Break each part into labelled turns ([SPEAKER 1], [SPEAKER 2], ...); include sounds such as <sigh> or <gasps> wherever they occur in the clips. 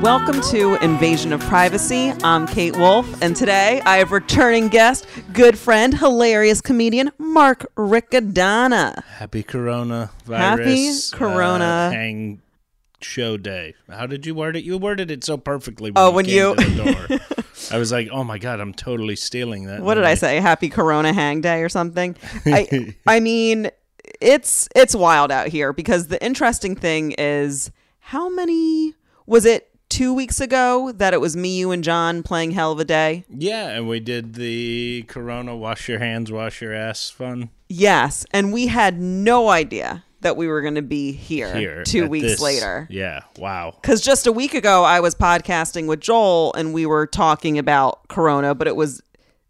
[SPEAKER 1] Welcome to Invasion of Privacy. I'm Kate Wolf, and today I have returning guest, good friend, hilarious comedian Mark Riccadonna.
[SPEAKER 2] Happy Corona
[SPEAKER 1] Happy
[SPEAKER 2] virus.
[SPEAKER 1] Corona.
[SPEAKER 2] uh, hang show day. How did you word it? You worded it so perfectly.
[SPEAKER 1] Oh, when
[SPEAKER 2] came
[SPEAKER 1] you-
[SPEAKER 2] to the
[SPEAKER 1] <laughs>
[SPEAKER 2] door. I was like, oh my god, I'm totally stealing that.
[SPEAKER 1] What did I say? Happy Corona Hang Day or something?
[SPEAKER 2] <laughs>
[SPEAKER 1] I I mean, it's it's wild out here because the interesting thing is how many was it two weeks ago that it was me, you, and John playing Hell of a Day?
[SPEAKER 2] Yeah, and we did the Corona wash your hands, wash your ass fun
[SPEAKER 1] Yes, and we had no idea that we were going to be here,
[SPEAKER 2] here.
[SPEAKER 1] two
[SPEAKER 2] at
[SPEAKER 1] weeks
[SPEAKER 2] this-
[SPEAKER 1] later.
[SPEAKER 2] Yeah. Wow.
[SPEAKER 1] Because just a week ago, I was podcasting with Joel and we were talking about Corona, but it was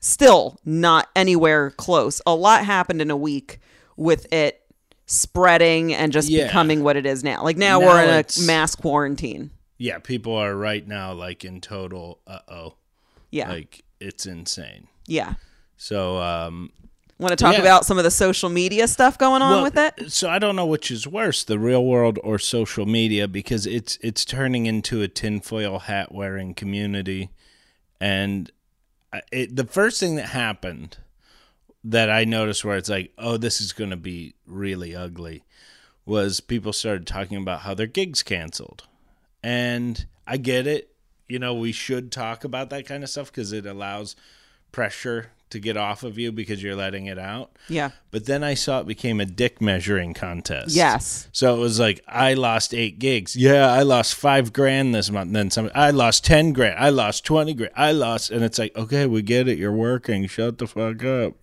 [SPEAKER 1] still not anywhere close. A lot happened in a week with it spreading and just
[SPEAKER 2] Yeah.
[SPEAKER 1] becoming what it is now. Like now,
[SPEAKER 2] Now
[SPEAKER 1] we're in a
[SPEAKER 2] it's-
[SPEAKER 1] mass quarantine.
[SPEAKER 2] Yeah, people are right now like in total. Uh oh.
[SPEAKER 1] Yeah.
[SPEAKER 2] Like it's insane.
[SPEAKER 1] yeah.
[SPEAKER 2] So um,
[SPEAKER 1] Want to talk
[SPEAKER 2] yeah.
[SPEAKER 1] about some of the social media stuff going on
[SPEAKER 2] Well,
[SPEAKER 1] with it?
[SPEAKER 2] So I don't know which is worse, the real world or social media, because it's it's turning into a tinfoil hat wearing community, and I- it, the first thing that happened that I noticed where it's like, oh, this is going to be really ugly, was people started talking about how their gigs canceled, and I get it. You know, we should talk about that kind of stuff because it allows pressure to get off of you because you're letting it out.
[SPEAKER 1] Yeah.
[SPEAKER 2] But then I saw it became a dick measuring contest.
[SPEAKER 1] Yes.
[SPEAKER 2] So it was like I lost eight gigs. Yeah, I lost five grand this month. And then some. I lost ten grand. I lost twenty grand. I lost, and it's like, okay, we get it. You're working. Shut the fuck up.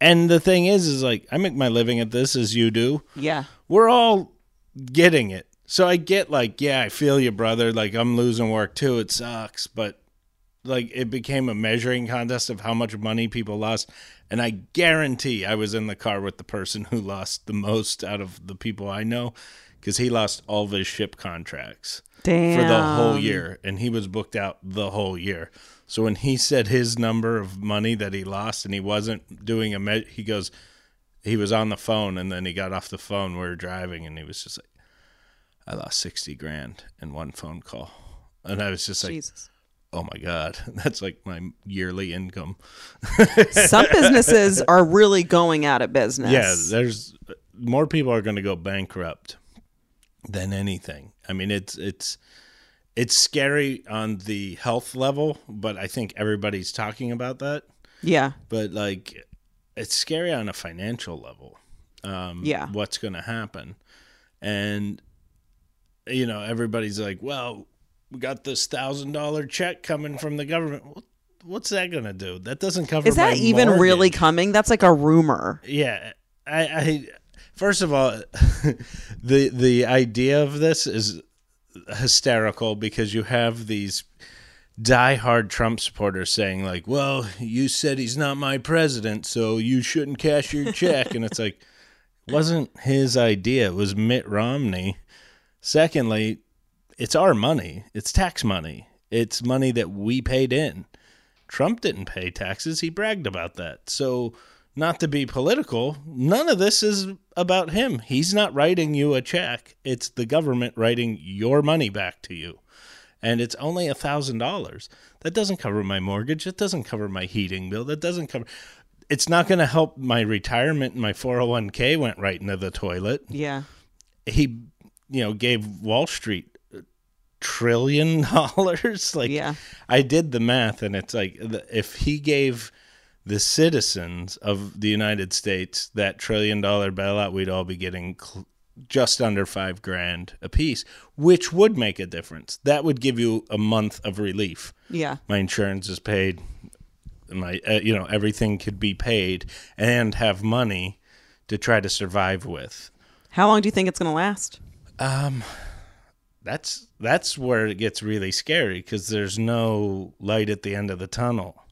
[SPEAKER 2] And the thing is, is like I make my living at this as you do.
[SPEAKER 1] Yeah.
[SPEAKER 2] We're all getting it. So I get like, yeah, I feel you, brother. Like I'm losing work too. It sucks, but like it became a measuring contest of how much money people lost and i guarantee i was in the car with the person who lost the most out of the people i know because he lost all of his ship contracts
[SPEAKER 1] Damn.
[SPEAKER 2] for the whole year and he was booked out the whole year so when he said his number of money that he lost and he wasn't doing a me- he goes he was on the phone and then he got off the phone we were driving and he was just like i lost 60 grand in one phone call and i was just like
[SPEAKER 1] Jesus.
[SPEAKER 2] oh my god <laughs> that's like my yearly income
[SPEAKER 1] Some businesses
[SPEAKER 2] <laughs>
[SPEAKER 1] are really going out of business.
[SPEAKER 2] yeah there's more people are going to go bankrupt than anything i mean it's it's it's scary on the health level but i think everybody's talking about that
[SPEAKER 1] Yeah.
[SPEAKER 2] but like it's scary on a financial level um
[SPEAKER 1] Yeah.
[SPEAKER 2] what's going to happen and you know everybody's like well we got this thousand dollar check coming from the government What- what's that going to do that doesn't cover
[SPEAKER 1] Is that
[SPEAKER 2] my
[SPEAKER 1] even really
[SPEAKER 2] mortgage.
[SPEAKER 1] coming? That's like a rumor.
[SPEAKER 2] yeah i i first of all <laughs> the the idea of this is hysterical because you have these diehard Trump supporters saying like, "Well, you said he's not my president, so you shouldn't cash your check." and it's like, wasn't his idea? It was Mitt Romney. Secondly, it's our money. It's tax money. It's money that we paid in. Trump didn't pay taxes. He bragged about that. So, not to be political, none of this is about him. He's not writing you a check. It's the government writing your money back to you and it's only a thousand dollars. That doesn't cover my mortgage. That doesn't cover my heating bill. That doesn't cover. It's not going to help my retirement. My four hundred one k went right into the toilet.
[SPEAKER 1] Yeah.
[SPEAKER 2] He, you know, gave Wall Street a trillion <laughs> dollars. like,
[SPEAKER 1] Yeah.
[SPEAKER 2] I did the math, and it's like the- if he gave the citizens of the United States that trillion dollar bailout, we'd all be getting cl- just under five grand apiece, which would make a difference. That would give you a month of relief.
[SPEAKER 1] Yeah.
[SPEAKER 2] My insurance is paid. My, uh, you know, everything could be paid and have money to try to survive with.
[SPEAKER 1] How long do you think it's going to last?
[SPEAKER 2] Um, That's that's where it gets really scary because there's no light at the end of the tunnel.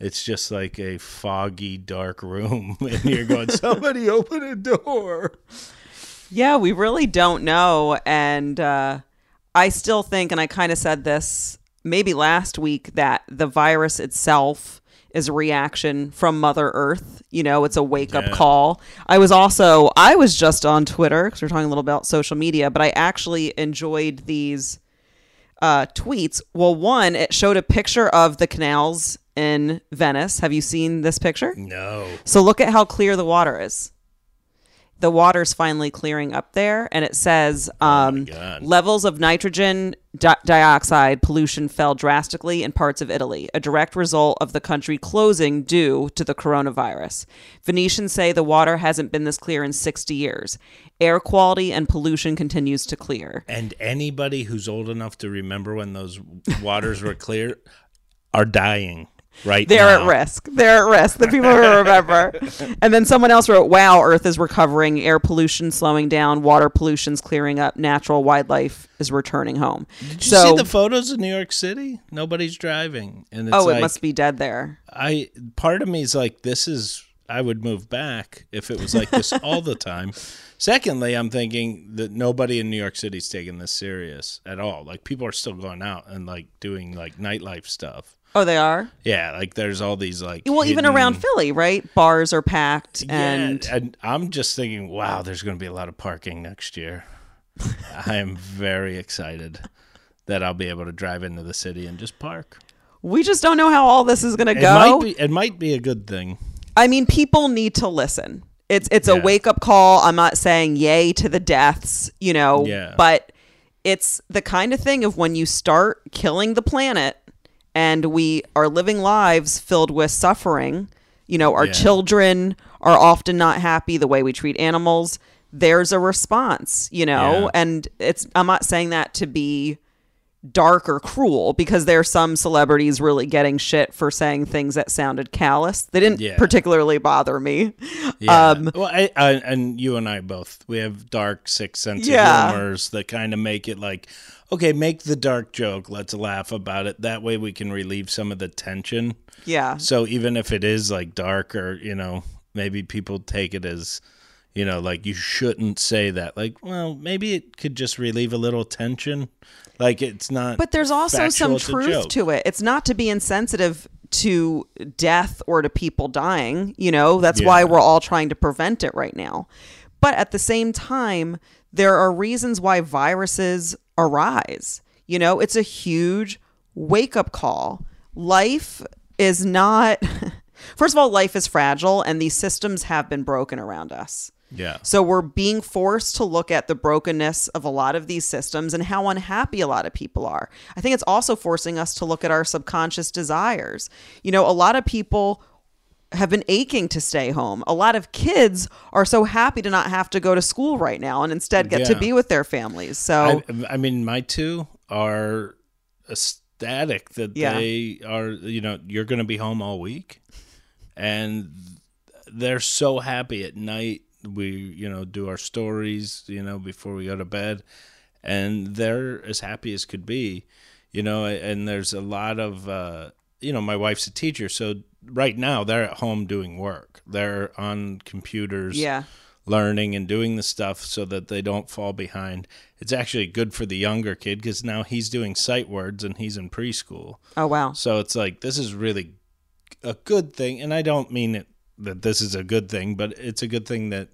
[SPEAKER 2] It's just like a foggy, dark room, <laughs> and you're going, "Somebody open a door."
[SPEAKER 1] Yeah, we really don't know. And uh, I still think, and I kind of said this maybe last week, that the virus itself is a reaction from Mother Earth. You know, it's a wake up
[SPEAKER 2] Yeah.
[SPEAKER 1] call. I was also, I was just on Twitter because we're talking a little about social media, but I actually enjoyed these uh, tweets. Well, one, it showed a picture of the canals in Venice. Have you seen this picture?
[SPEAKER 2] No.
[SPEAKER 1] So look at how clear the water is. The water's finally clearing up there, and it says um,
[SPEAKER 2] God.
[SPEAKER 1] levels of nitrogen di- dioxide pollution fell drastically in parts of Italy, a direct result of the country closing due to the coronavirus. Venetians say the water hasn't been this clear in 60 years. Air quality and pollution continues to clear.
[SPEAKER 2] And anybody who's old enough to remember when those waters were clear are dying right
[SPEAKER 1] They're
[SPEAKER 2] now.
[SPEAKER 1] at risk. They're at risk. The people who
[SPEAKER 2] <laughs>
[SPEAKER 1] remember. and then someone else wrote, "Wow, Earth is recovering. Air pollution slowing down. Water pollution's clearing up. Natural wildlife is returning home."
[SPEAKER 2] Did you
[SPEAKER 1] so,
[SPEAKER 2] see the photos of New York City? Nobody's driving, and it's
[SPEAKER 1] oh,
[SPEAKER 2] like,
[SPEAKER 1] it must be dead there.
[SPEAKER 2] I part of me is like, this is I would move back if it was like this all
[SPEAKER 1] <laughs>
[SPEAKER 2] the time. Secondly, I'm thinking that nobody in New York City's taking this serious at all. Like people are still going out and like doing like nightlife stuff.
[SPEAKER 1] Oh, they are.
[SPEAKER 2] Yeah, like there's all these like
[SPEAKER 1] Well, even
[SPEAKER 2] hidden-
[SPEAKER 1] around Philly, right? Bars are packed,
[SPEAKER 2] <laughs> Yeah,
[SPEAKER 1] and
[SPEAKER 2] and I'm just thinking, wow, there's going to be a lot of parking
[SPEAKER 1] <laughs>
[SPEAKER 2] next year. I'm very excited that I'll be able to drive into the city and just park.
[SPEAKER 1] we just don't know how all this is going to
[SPEAKER 2] It
[SPEAKER 1] go.
[SPEAKER 2] might be it might be a good thing.
[SPEAKER 1] I mean, people need to listen. It's it's a
[SPEAKER 2] Yeah.
[SPEAKER 1] wake up call. I'm not saying yay to the deaths, you know,
[SPEAKER 2] Yeah.
[SPEAKER 1] but it's the kind of thing of when you start killing the planet and we are living lives filled with suffering, you know, our
[SPEAKER 2] Yeah.
[SPEAKER 1] children are often not happy the way we treat animals. There's a response, you know,
[SPEAKER 2] Yeah.
[SPEAKER 1] and it's I'm not saying that to be dark or cruel because there are some celebrities really getting shit for saying things that sounded callous. They didn't
[SPEAKER 2] Yeah.
[SPEAKER 1] particularly bother me.
[SPEAKER 2] Yeah.
[SPEAKER 1] Um,
[SPEAKER 2] well, I, I, and you and I both, we have dark sixth sense
[SPEAKER 1] Yeah.
[SPEAKER 2] of humors that kind of make it like, okay, make the dark joke. Let's laugh about it. That way we can relieve some of the tension.
[SPEAKER 1] Yeah.
[SPEAKER 2] So even if it is like dark or, you know, maybe people take it as, you know, like you shouldn't say that. Like, well, maybe it could just relieve a little tension. Like it's not.
[SPEAKER 1] But there's also some
[SPEAKER 2] factual, it's a
[SPEAKER 1] truth
[SPEAKER 2] joke.
[SPEAKER 1] to it. It's not to be insensitive to death or to people dying, you know? That's why
[SPEAKER 2] Yeah.
[SPEAKER 1] we're all trying to prevent it right now. But at the same time, there are reasons why viruses arise. You know, it's a huge wake up call. Life is not, <laughs> first of all, life is fragile and these systems have been broken around us.
[SPEAKER 2] yeah.
[SPEAKER 1] So we're being forced to look at the brokenness of a lot of these systems and how unhappy a lot of people are. I think it's also forcing us to look at our subconscious desires. You know, a lot of people have been aching to stay home. A lot of kids are so happy to not have to go to school right now and instead get to
[SPEAKER 2] Yeah.
[SPEAKER 1] be with their families. So
[SPEAKER 2] I, I mean, my two are ecstatic that
[SPEAKER 1] Yeah.
[SPEAKER 2] they are, you know, you're going to be home all week. And they're so happy at night. We, you know, do our stories, you know, before we go to bed. And they're as happy as could be, you know, and there's a lot of, uh, you know, my wife's a teacher. So right now they're at home doing work, they're on computers
[SPEAKER 1] yeah.
[SPEAKER 2] learning and doing the stuff so that they don't fall behind. It's actually good for the younger kid because now he's doing sight words and he's in preschool.
[SPEAKER 1] Oh wow.
[SPEAKER 2] So it's like this is really a good thing, and I don't mean it that this is a good thing, but it's a good thing that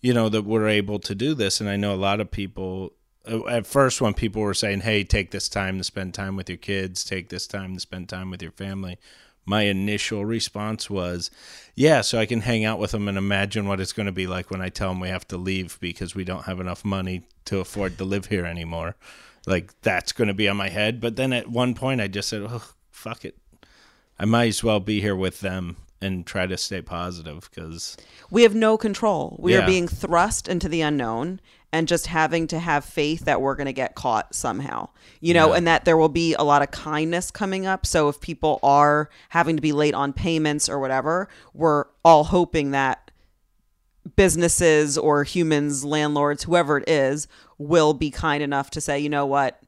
[SPEAKER 2] you know that we're able to do this. And I know a lot of people uh, at first when people were saying, "Hey, take this time to spend time with your kids, take this time to spend time with your family." My initial response was, "Yeah, so I can hang out with them and imagine what it's going to be like when I tell them we have to leave because we don't have enough money to afford to live here anymore." Like that's going to be on my head. But then at one point, I just said, "Oh, fuck it, I might as well be here with them and try to stay positive because
[SPEAKER 1] We have no control. We are
[SPEAKER 2] Yeah.
[SPEAKER 1] being thrust into the unknown and just having to have faith that we're going to get caught somehow, you know, and that there will be a lot of kindness coming up. So if people are having to be late on payments or whatever, we're all hoping that businesses or humans, landlords, whoever it is, will be kind enough to say, you know what,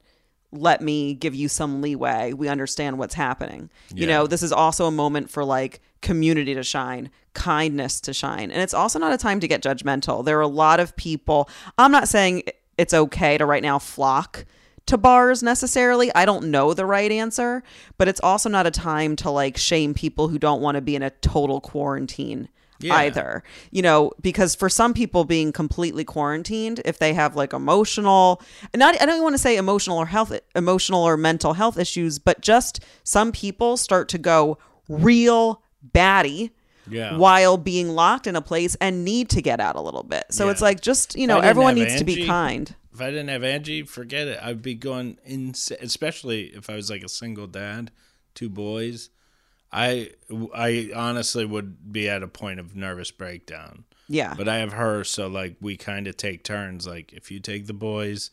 [SPEAKER 1] let me give you some leeway. We understand what's happening. You
[SPEAKER 2] Yeah.
[SPEAKER 1] know, this is also a moment for like community to shine, kindness to shine. And it's also not a time to get judgmental. There are a lot of people. I'm not saying it's okay to right now flock to bars necessarily. I don't know the right answer, but it's also not a time to like shame people who don't want to be in a total quarantine
[SPEAKER 2] Yeah.
[SPEAKER 1] either. You know, because for some people being completely quarantined, if they have like emotional not I don't want to say emotional or health emotional or mental health issues, but just some people start to go real batty
[SPEAKER 2] Yeah.
[SPEAKER 1] while being locked in a place and need to get out a little bit. So
[SPEAKER 2] Yeah.
[SPEAKER 1] it's like just, you
[SPEAKER 2] I
[SPEAKER 1] know,
[SPEAKER 2] didn't
[SPEAKER 1] everyone
[SPEAKER 2] have
[SPEAKER 1] needs to be
[SPEAKER 2] Angie.
[SPEAKER 1] kind.
[SPEAKER 2] If I didn't have Angie, forget it. I'd be going insane, especially if I was like a single dad, two boys. I I honestly would be at a point of nervous breakdown.
[SPEAKER 1] Yeah.
[SPEAKER 2] But I have her, so like we kind of take turns. Like if you take the boys,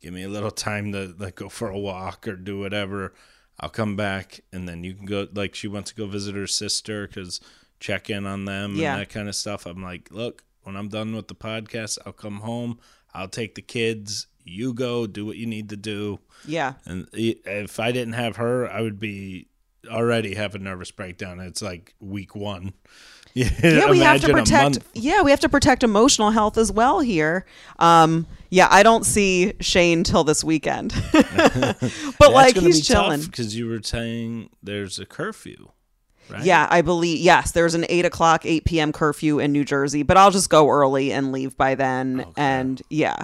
[SPEAKER 2] give me a little time to like go for a walk or do whatever. I'll come back, and then you can go. Like she wants to go visit her sister because check in on them
[SPEAKER 1] Yeah.
[SPEAKER 2] and that kind of stuff. I'm like, look, when I'm done with the podcast, I'll come home. I'll take the kids. You go do what you need to do.
[SPEAKER 1] yeah.
[SPEAKER 2] And i- if I didn't have her, I would be already have a nervous breakdown. It's like week one. <laughs> Yeah,
[SPEAKER 1] yeah, we have to
[SPEAKER 2] imagine a
[SPEAKER 1] protect.
[SPEAKER 2] month
[SPEAKER 1] Yeah, we have to protect emotional health as well here. Um, yeah, I don't see Shane till this weekend, <laughs> but like he's chilling.
[SPEAKER 2] because you were saying there's a curfew, right?
[SPEAKER 1] Yeah, I believe. Yes, there's an eight o'clock, eight p.m. curfew in New Jersey, but I'll just go early and leave by then. And yeah,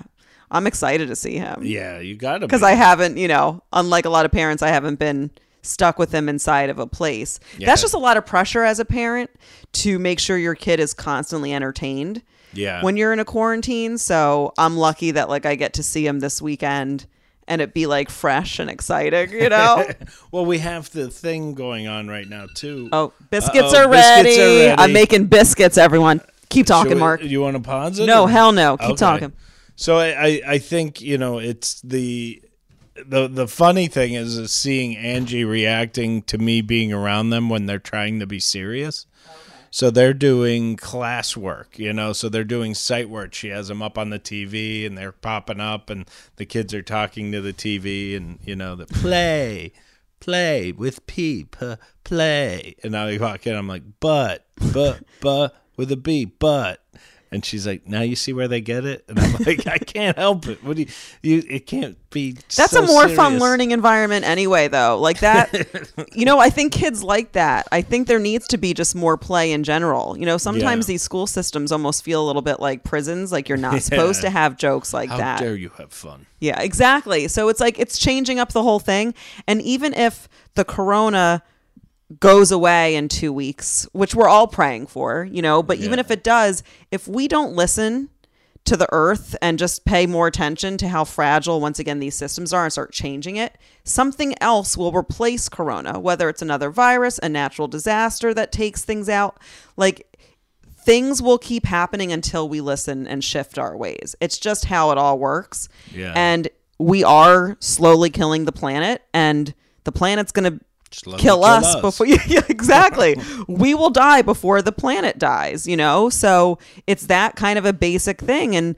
[SPEAKER 1] I'm excited to see him
[SPEAKER 2] yeah, you gotta
[SPEAKER 1] because
[SPEAKER 2] be.
[SPEAKER 1] I haven't, you know, unlike a lot of parents, I haven't been stuck with them inside of a place.
[SPEAKER 2] Yeah.
[SPEAKER 1] That's just a lot of pressure as a parent to make sure your kid is constantly entertained.
[SPEAKER 2] yeah
[SPEAKER 1] when you're in a quarantine. So I'm lucky that like I get to see him this weekend and it be like fresh and exciting, you
[SPEAKER 2] <laughs>
[SPEAKER 1] know?
[SPEAKER 2] well, we have the thing going on right now too.
[SPEAKER 1] oh, biscuits,
[SPEAKER 2] Uh-oh,
[SPEAKER 1] are ready.
[SPEAKER 2] biscuits are ready.
[SPEAKER 1] I'm making biscuits, everyone. Keep
[SPEAKER 2] Should
[SPEAKER 1] talking,
[SPEAKER 2] we-
[SPEAKER 1] Mark.
[SPEAKER 2] You want to pause it?
[SPEAKER 1] No,
[SPEAKER 2] or-
[SPEAKER 1] hell no. Keep
[SPEAKER 2] Okay.
[SPEAKER 1] talking.
[SPEAKER 2] So I, I, I think you know it's the. The, the funny thing is, is seeing Angie reacting to me being around them when they're trying to be serious. So they're doing classwork, you know. So they're doing sight work. She has them up on the TV, and they're popping up, and the kids are talking to the TV, and you know, the play, play with P, p- play. And I walk in, I'm like, but, but, but with a B, but. And she's like, now you see where they get it, and I'm <laughs> like, I can't help it. What do you? you it can't be.
[SPEAKER 1] That's
[SPEAKER 2] so
[SPEAKER 1] a more fun
[SPEAKER 2] serious.
[SPEAKER 1] learning environment anyway, though. Like
[SPEAKER 2] <laughs>
[SPEAKER 1] that, you know, I think kids like that. I think there needs to be just more play in general. You know, sometimes
[SPEAKER 2] Yeah.
[SPEAKER 1] these school systems almost feel a little bit like prisons, like you're not
[SPEAKER 2] <laughs>
[SPEAKER 1] supposed to have jokes like
[SPEAKER 2] How
[SPEAKER 1] that.
[SPEAKER 2] dare you have fun?
[SPEAKER 1] Yeah, exactly. So it's like it's changing up the whole thing. And even if the corona goes away in two weeks, which we're all praying for, you know, but even
[SPEAKER 2] Yeah.
[SPEAKER 1] if it does, if we don't listen to the earth and just pay more attention to how fragile once again these systems are and start changing it, something else will replace corona, whether it's another virus, a natural disaster that takes things out. Like things will keep happening until we listen and shift our ways. It's just how it all works.
[SPEAKER 2] Yeah.
[SPEAKER 1] And we are slowly killing the planet, and the planet's going to
[SPEAKER 2] Slowly
[SPEAKER 1] kill
[SPEAKER 2] kill
[SPEAKER 1] us
[SPEAKER 2] us.
[SPEAKER 1] before. <laughs> yeah,
[SPEAKER 2] <laughs>
[SPEAKER 1] exactly. we will die before the planet dies, you know? So it's that kind of a basic thing. And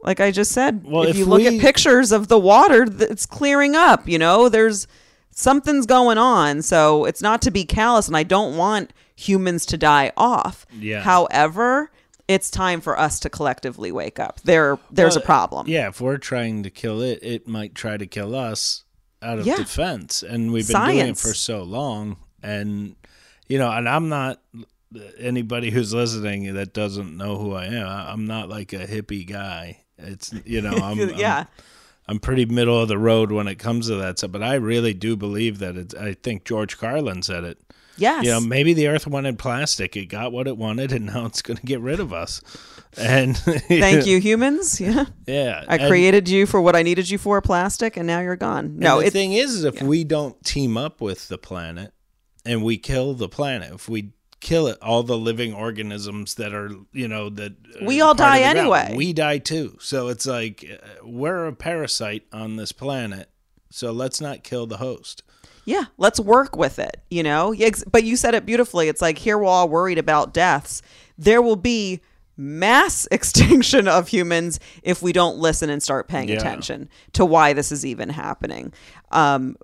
[SPEAKER 1] like I just said,
[SPEAKER 2] Well,
[SPEAKER 1] if,
[SPEAKER 2] if
[SPEAKER 1] you look at
[SPEAKER 2] we-
[SPEAKER 1] pictures of the water, th- it's clearing up, you know? There's something's going on. So it's not to be callous, and I don't want humans to die off.
[SPEAKER 2] Yeah.
[SPEAKER 1] However, it's time for us to collectively wake up. There, there's a
[SPEAKER 2] Well,
[SPEAKER 1] problem.
[SPEAKER 2] Yeah, if we're trying to kill it, it might try to kill us out of
[SPEAKER 1] Yeah.
[SPEAKER 2] defense. And we've been doing it
[SPEAKER 1] Science.
[SPEAKER 2] for so long. And, you know, and I'm not anybody who's listening that doesn't know who I am. I- I'm not like a hippie guy. It's, you
[SPEAKER 1] <laughs>
[SPEAKER 2] know, I'm,
[SPEAKER 1] Yeah.
[SPEAKER 2] I'm, I'm pretty middle of the road when it comes to that stuff. But I really do believe that it's, I think George Carlin said it.
[SPEAKER 1] Yes.
[SPEAKER 2] You know, maybe the earth wanted plastic. It got what it wanted, and now it's going to get rid of us. And <laughs>
[SPEAKER 1] Thank you, humans. <laughs> Yeah.
[SPEAKER 2] Yeah.
[SPEAKER 1] I
[SPEAKER 2] <laughs> and-
[SPEAKER 1] created you for what I needed you for, plastic, and now you're gone. No,
[SPEAKER 2] And the
[SPEAKER 1] it,
[SPEAKER 2] thing is, is if we don't team up with the planet and we kill the planet, if we kill it, all the living organisms that are, you know, that are
[SPEAKER 1] We all
[SPEAKER 2] part of
[SPEAKER 1] die
[SPEAKER 2] the ground,
[SPEAKER 1] anyway.
[SPEAKER 2] We die too. So it's like uh, we're a parasite on this planet. So let's not kill the host.
[SPEAKER 1] yeah, let's work with it, you know? Yeah, ex- But you said it beautifully. It's like here we're all worried about deaths. There will be mass <laughs> extinction of humans if we don't listen and start paying
[SPEAKER 2] Yeah.
[SPEAKER 1] attention to why this is even happening. Um,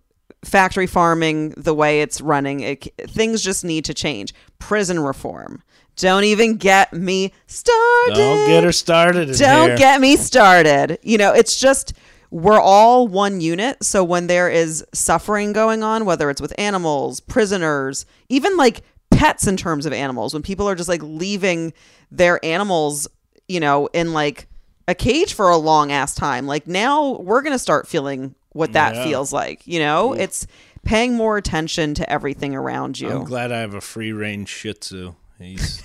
[SPEAKER 1] factory farming, the way it's running, it, c- things just need to change. Prison reform. Don't even get me started.
[SPEAKER 2] Don't get her started. in
[SPEAKER 1] Don't
[SPEAKER 2] here.
[SPEAKER 1] get me started. You know, it's just we're all one unit. So when there is suffering going on, whether it's with animals, prisoners, even like pets in terms of animals, when people are just like leaving their animals, you know, in like a cage for a long ass time, like now we're going to start feeling what that
[SPEAKER 2] Yeah.
[SPEAKER 1] feels like. You know, it's paying more attention to everything around you.
[SPEAKER 2] I'm glad I have a free range Shih Tzu. He's